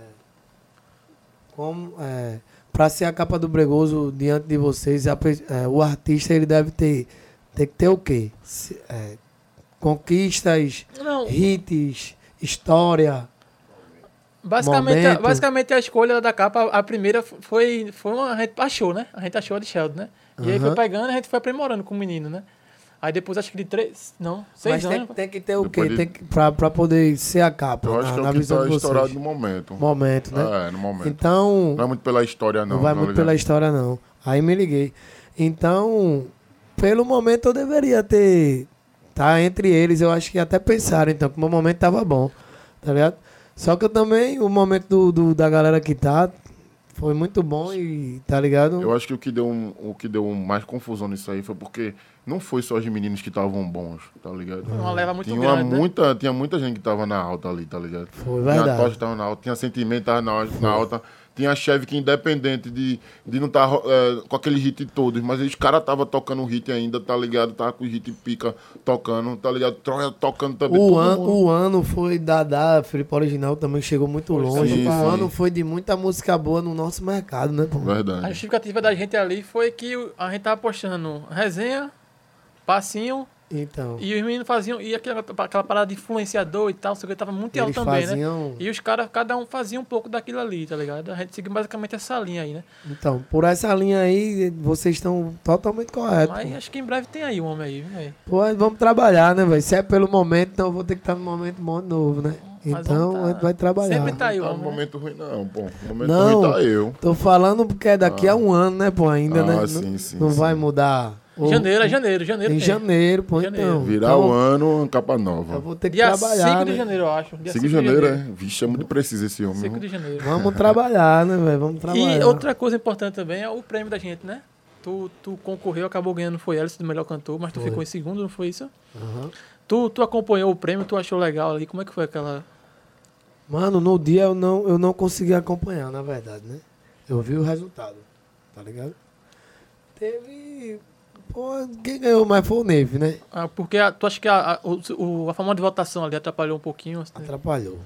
como. É, pra ser a capa do Bregoso diante de vocês, a pe- é, o artista ele deve ter. Tem que ter o quê? Se- é, conquistas,
Não,
hits, história.
basicamente, a,
momento.
basicamente a escolha da capa, a primeira foi, foi uma, a gente achou, né? A gente achou a de Sheldon, né? E aí foi
Aham.
pegando e a gente foi aprimorando com o menino, né? Aí depois acho que de três, não, seis
Mas tem,
anos.
tem que ter o
Depois
quê?
de-
Tem que, pra, pra poder ser a capa.
Eu acho
na,
que é
na
o que
visão
tá
de
estourado
vocês.
no momento.
Momento, né?
É, no momento.
Então.
Não é muito pela história, não.
Não, vai
tá
muito
ligado?
pela história, não. Aí me liguei. Então, pelo momento eu deveria ter. Tá entre eles, eu acho que até pensaram, então, que o meu momento tava bom. Tá ligado? Só que eu também, o momento do, do- da galera que tá, foi muito bom e, tá ligado?
Eu acho que o que deu, um- o que deu um mais confusão nisso aí foi porque não foi só os meninos que estavam bons, tá ligado?
Uma leva muito
tinha, uma
grande, né?
muita, tinha muita gente que tava na alta ali, tá ligado?
Foi
Tinha a
verdade.
Tocha que tava na alta, tinha Sentimento que tava na, na alta, tinha a Chevy que independente de, de não estar com aquele hit todos, mas os caras tava tocando o hit ainda, tá ligado? Tava com o hit pica tocando, tá ligado? Troia tocando também.
O,
todo
an-
mundo.
o ano foi da, da Felipe Original também chegou muito longe.
sim,
o
sim.
ano foi de muita música boa no nosso mercado, né, pô?
A
Verdade.
justificativa da gente ali foi que o- a gente tava postando resenha, passinho,
Então.
e os meninos faziam, e aquela, aquela parada de influenciador e tal, isso que tava muito em
Eles
alta também, né?
faziam.
E os caras, cada um fazia um pouco daquilo ali, tá ligado? A gente seguiu basicamente essa linha aí, né?
Então, por essa linha aí, vocês estão totalmente corretos.
Mas acho que em breve tem aí um homem aí, viu, aí.
Pô, aí vamos trabalhar, né, velho? Se é pelo momento, então eu vou ter que estar no momento bom de novo, né?
Mas
então
vamos tá-
a gente vai trabalhar.
Sempre tá aí o
Não tá no
homem. né?
momento ruim, não, pô. No momento
Não.
ruim tá eu.
Tô falando porque é daqui a um ano, né, pô? Ainda,
Ah,
né?
sim,
não
sim,
não
sim.
vai mudar. Ou-
Janeiro, é janeiro, janeiro.
Em
tem.
janeiro, pô,
Janeiro.
então.
Virar
então,
o ano, capa
Eu
nova.
vou ter que
Dia 5
trabalhar.
de
né?
janeiro, eu acho. Dia
5 de janeiro, é? Vixe, é muito preciso esse homem.
5
viu?
de janeiro.
Vamos trabalhar, né, velho? Vamos trabalhar.
E outra coisa importante também é o prêmio da gente, né? Tu, tu concorreu, acabou ganhando, foi Alice do melhor cantor, mas tu ficou em segundo, não foi isso?
Aham.
Tu, tu acompanhou o prêmio, tu achou legal ali, como é que foi aquela...
Mano, no dia eu não, eu não consegui acompanhar, na verdade, né? Eu vi o resultado, tá ligado? Teve. Pô, quem ganhou mais foi o Neve, né?
Ah, porque a- tu acha que a, a, o- o- a forma de votação ali atrapalhou um pouquinho? assim?
Atrapalhou.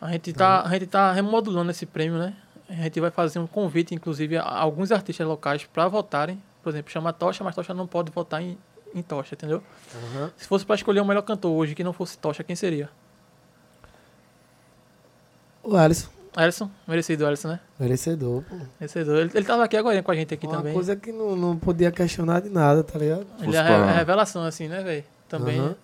A gente, tá, a gente tá remodulando esse prêmio, né? A gente vai fazer um convite, inclusive, a, a alguns artistas locais para votarem. Por exemplo, chama Tocha, mas Tocha não pode votar em, em Tocha, entendeu?
Aham.
Se fosse para escolher o melhor cantor hoje que não fosse Tocha, quem seria?
O Alisson,
Alisson? Merecido, Alisson, né?
merecedor, pô.
Merecido. Ele, ele tava aqui agora com a gente aqui
Uma
também.
coisa que não, não podia questionar de nada, tá ligado?
Ele é
Fosse pra-
a revelação, assim, né, velho? Também.
Aham.
né?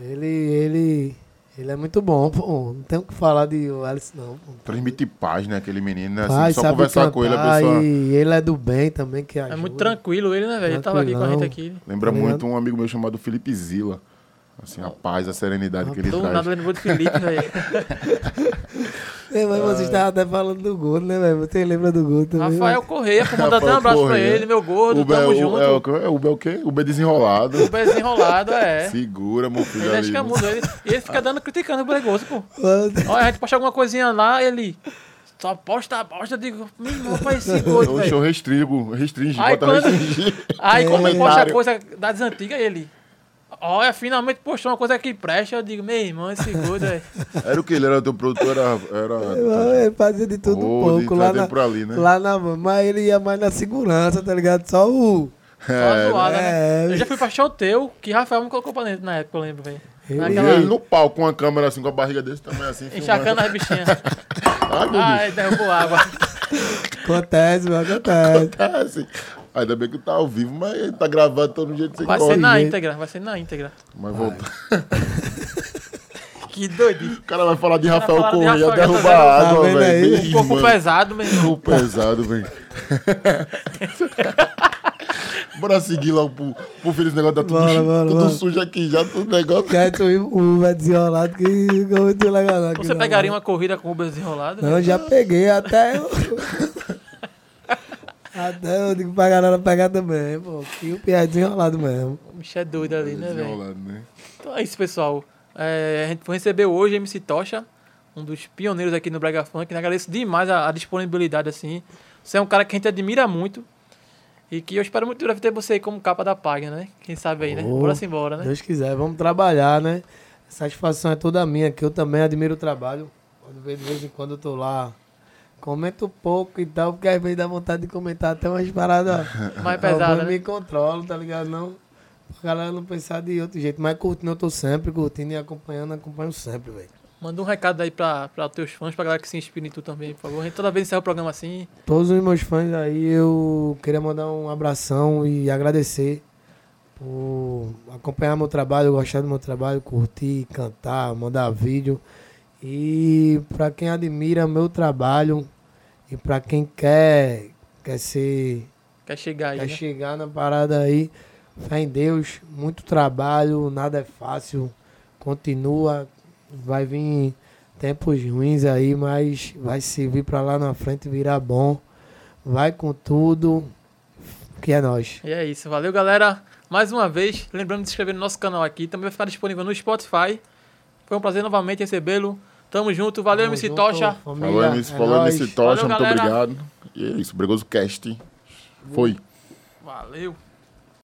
Ele, ele, ele é muito bom, pô. Não tem o que falar de o Alisson, não. Pô.
Transmite paz, né? Aquele menino, né? Assim,
Pai,
só
sabe
conversar com ele, a
cantar
pessoa.
E ele é do bem também, que ajuda.
É muito tranquilo ele, né, velho? Ele tava aqui com a gente aqui.
Lembra
Tá ligado?
muito um amigo meu chamado Felipe Zila. Assim, a paz, a serenidade que ele
Do
traz.
nada lembrou de Felipe, né, velho.
*laughs* É, mas vocês
Ah.
estavam até falando do Gordo, né, velho? Você lembra do Gordo também?
Rafael Correia, vou mandar até um
Rafael
abraço pra
Correia.
ele, meu gordo,
Uber,
tamo
o,
junto.
É, o, é, Uber o quê? Uber desenrolado.
O pezinho enrolado, é.
Segura, meu filho.
Ele é
ali.
escamudo. Ele, e ele fica dando, criticando o Bregoso, pô.
Mas-
Olha, a gente posta alguma coisinha lá, ele só posta, posta, eu digo, meu irmão, faz esse gordo,
Então, Eu,
velho.
eu restringo, restringe,
Aí
bota
quando-
restringir.
Aí quando ele posta
Comentário.
coisa das antigas, ele... Olha, finalmente postou uma coisa que presta, eu digo, meu irmão, esse gordo, velho.
Era o que? Ele era teu produtor, era. era
Ele fazia de tudo um
Rode,
pouco lá
fazia
na,
por ali, né?
lá na. Mas ele ia mais na segurança, tá ligado? Só o.
Só
é,
zoada, né?
é.
Eu já fui pra show teu, que Rafael me colocou pra dentro na época, eu lembro, velho.
e
Naquela-
ele no palco com a câmera assim, com a barriga desse tamanho
*laughs*
assim,
Encharcando
filmando.
as bichinhas.
Ai, meu
Ah,
*laughs* Deus.
ele derrubou água.
Acontece,
*laughs*
meu, acontece.
É, assim. Ainda bem que tá ao vivo, mas ele tá gravado todo jeito sem
Vai
corre.
ser na
hein?
íntegra, vai ser na íntegra.
Mas volta.
Que doidinho.
O cara vai falar de
cara
Rafael
fala de
Correia,
Rafael,
derrubar
tá
vendo?
água,
Tá vendo
velho. Um Meu
aí?
Um pouco
irmão.
pesado, meu irmão.
Pesado, velho. *laughs* Bora seguir lá pro, pro filho esse negócio tá tudo,
Bora,
chu-
bora,
tudo
bora.
sujo aqui já, tudo
Tá
negócio.
Quieto e o Uber um, desenrolado que ficou muito legal. não, aqui
Você
não,
pegaria uma corrida com o Uber desenrolado?
Não, eu já peguei
*laughs*
até eu. até eu digo pra galera pegar também, pô. Que o piá é desenrolado mesmo.
O bicho é doido ali, né, velho?
Desenrolado, né?
Então é isso, pessoal. É, a gente recebeu hoje MC Tocha, um dos pioneiros aqui no Brega Funk. né? Agradeço demais a, a disponibilidade, assim. Você é um cara que a gente admira muito. E que eu espero muito breve ter você aí como capa da página, né? Quem sabe aí, né?
Oh,
Bora-se embora, né?
Deus quiser, vamos trabalhar, né? A satisfação é toda minha, que eu também admiro o trabalho. Quando vejo- De vez em quando eu tô lá, comento pouco e tal, porque às vezes dá vontade de comentar até umas
*laughs*
paradas.
Mais
Ah,
pesada,
Eu
É né?
me controlo, tá ligado? Não. Pra galera não pensar de outro jeito. Mas curtindo, eu tô sempre curtindo e acompanhando, acompanho sempre, velho.
Manda um recado aí pra, pra teus fãs, pra galera que se inspira em tu também, por favor. A gente toda vez encerra o programa assim.
Todos os meus fãs aí, eu queria mandar um abração e agradecer por acompanhar meu trabalho, gostar do meu trabalho, curtir, cantar, mandar vídeo. E pra quem admira meu trabalho e pra quem quer, quer ser
Quer chegar aí,
Quer
né?
chegar na parada aí, fé em Deus, muito trabalho, nada é fácil, continua, vai vir tempos ruins aí, mas vai servir pra lá na frente virar bom, vai com tudo, que é nós.
E é isso, valeu galera. Mais uma vez, lembrando de se inscrever no nosso canal aqui, também vai ficar disponível no Spotify. Foi um prazer novamente recebê-lo. Tamo junto, valeu
Tamo
MC
junto,
Tocha.
família,
Falou, MC,
é
falou,
nóis.
MC Tocha,
Valeu,
muito
galera.
obrigado. E é isso, Bregoso Cast. Foi.
Valeu.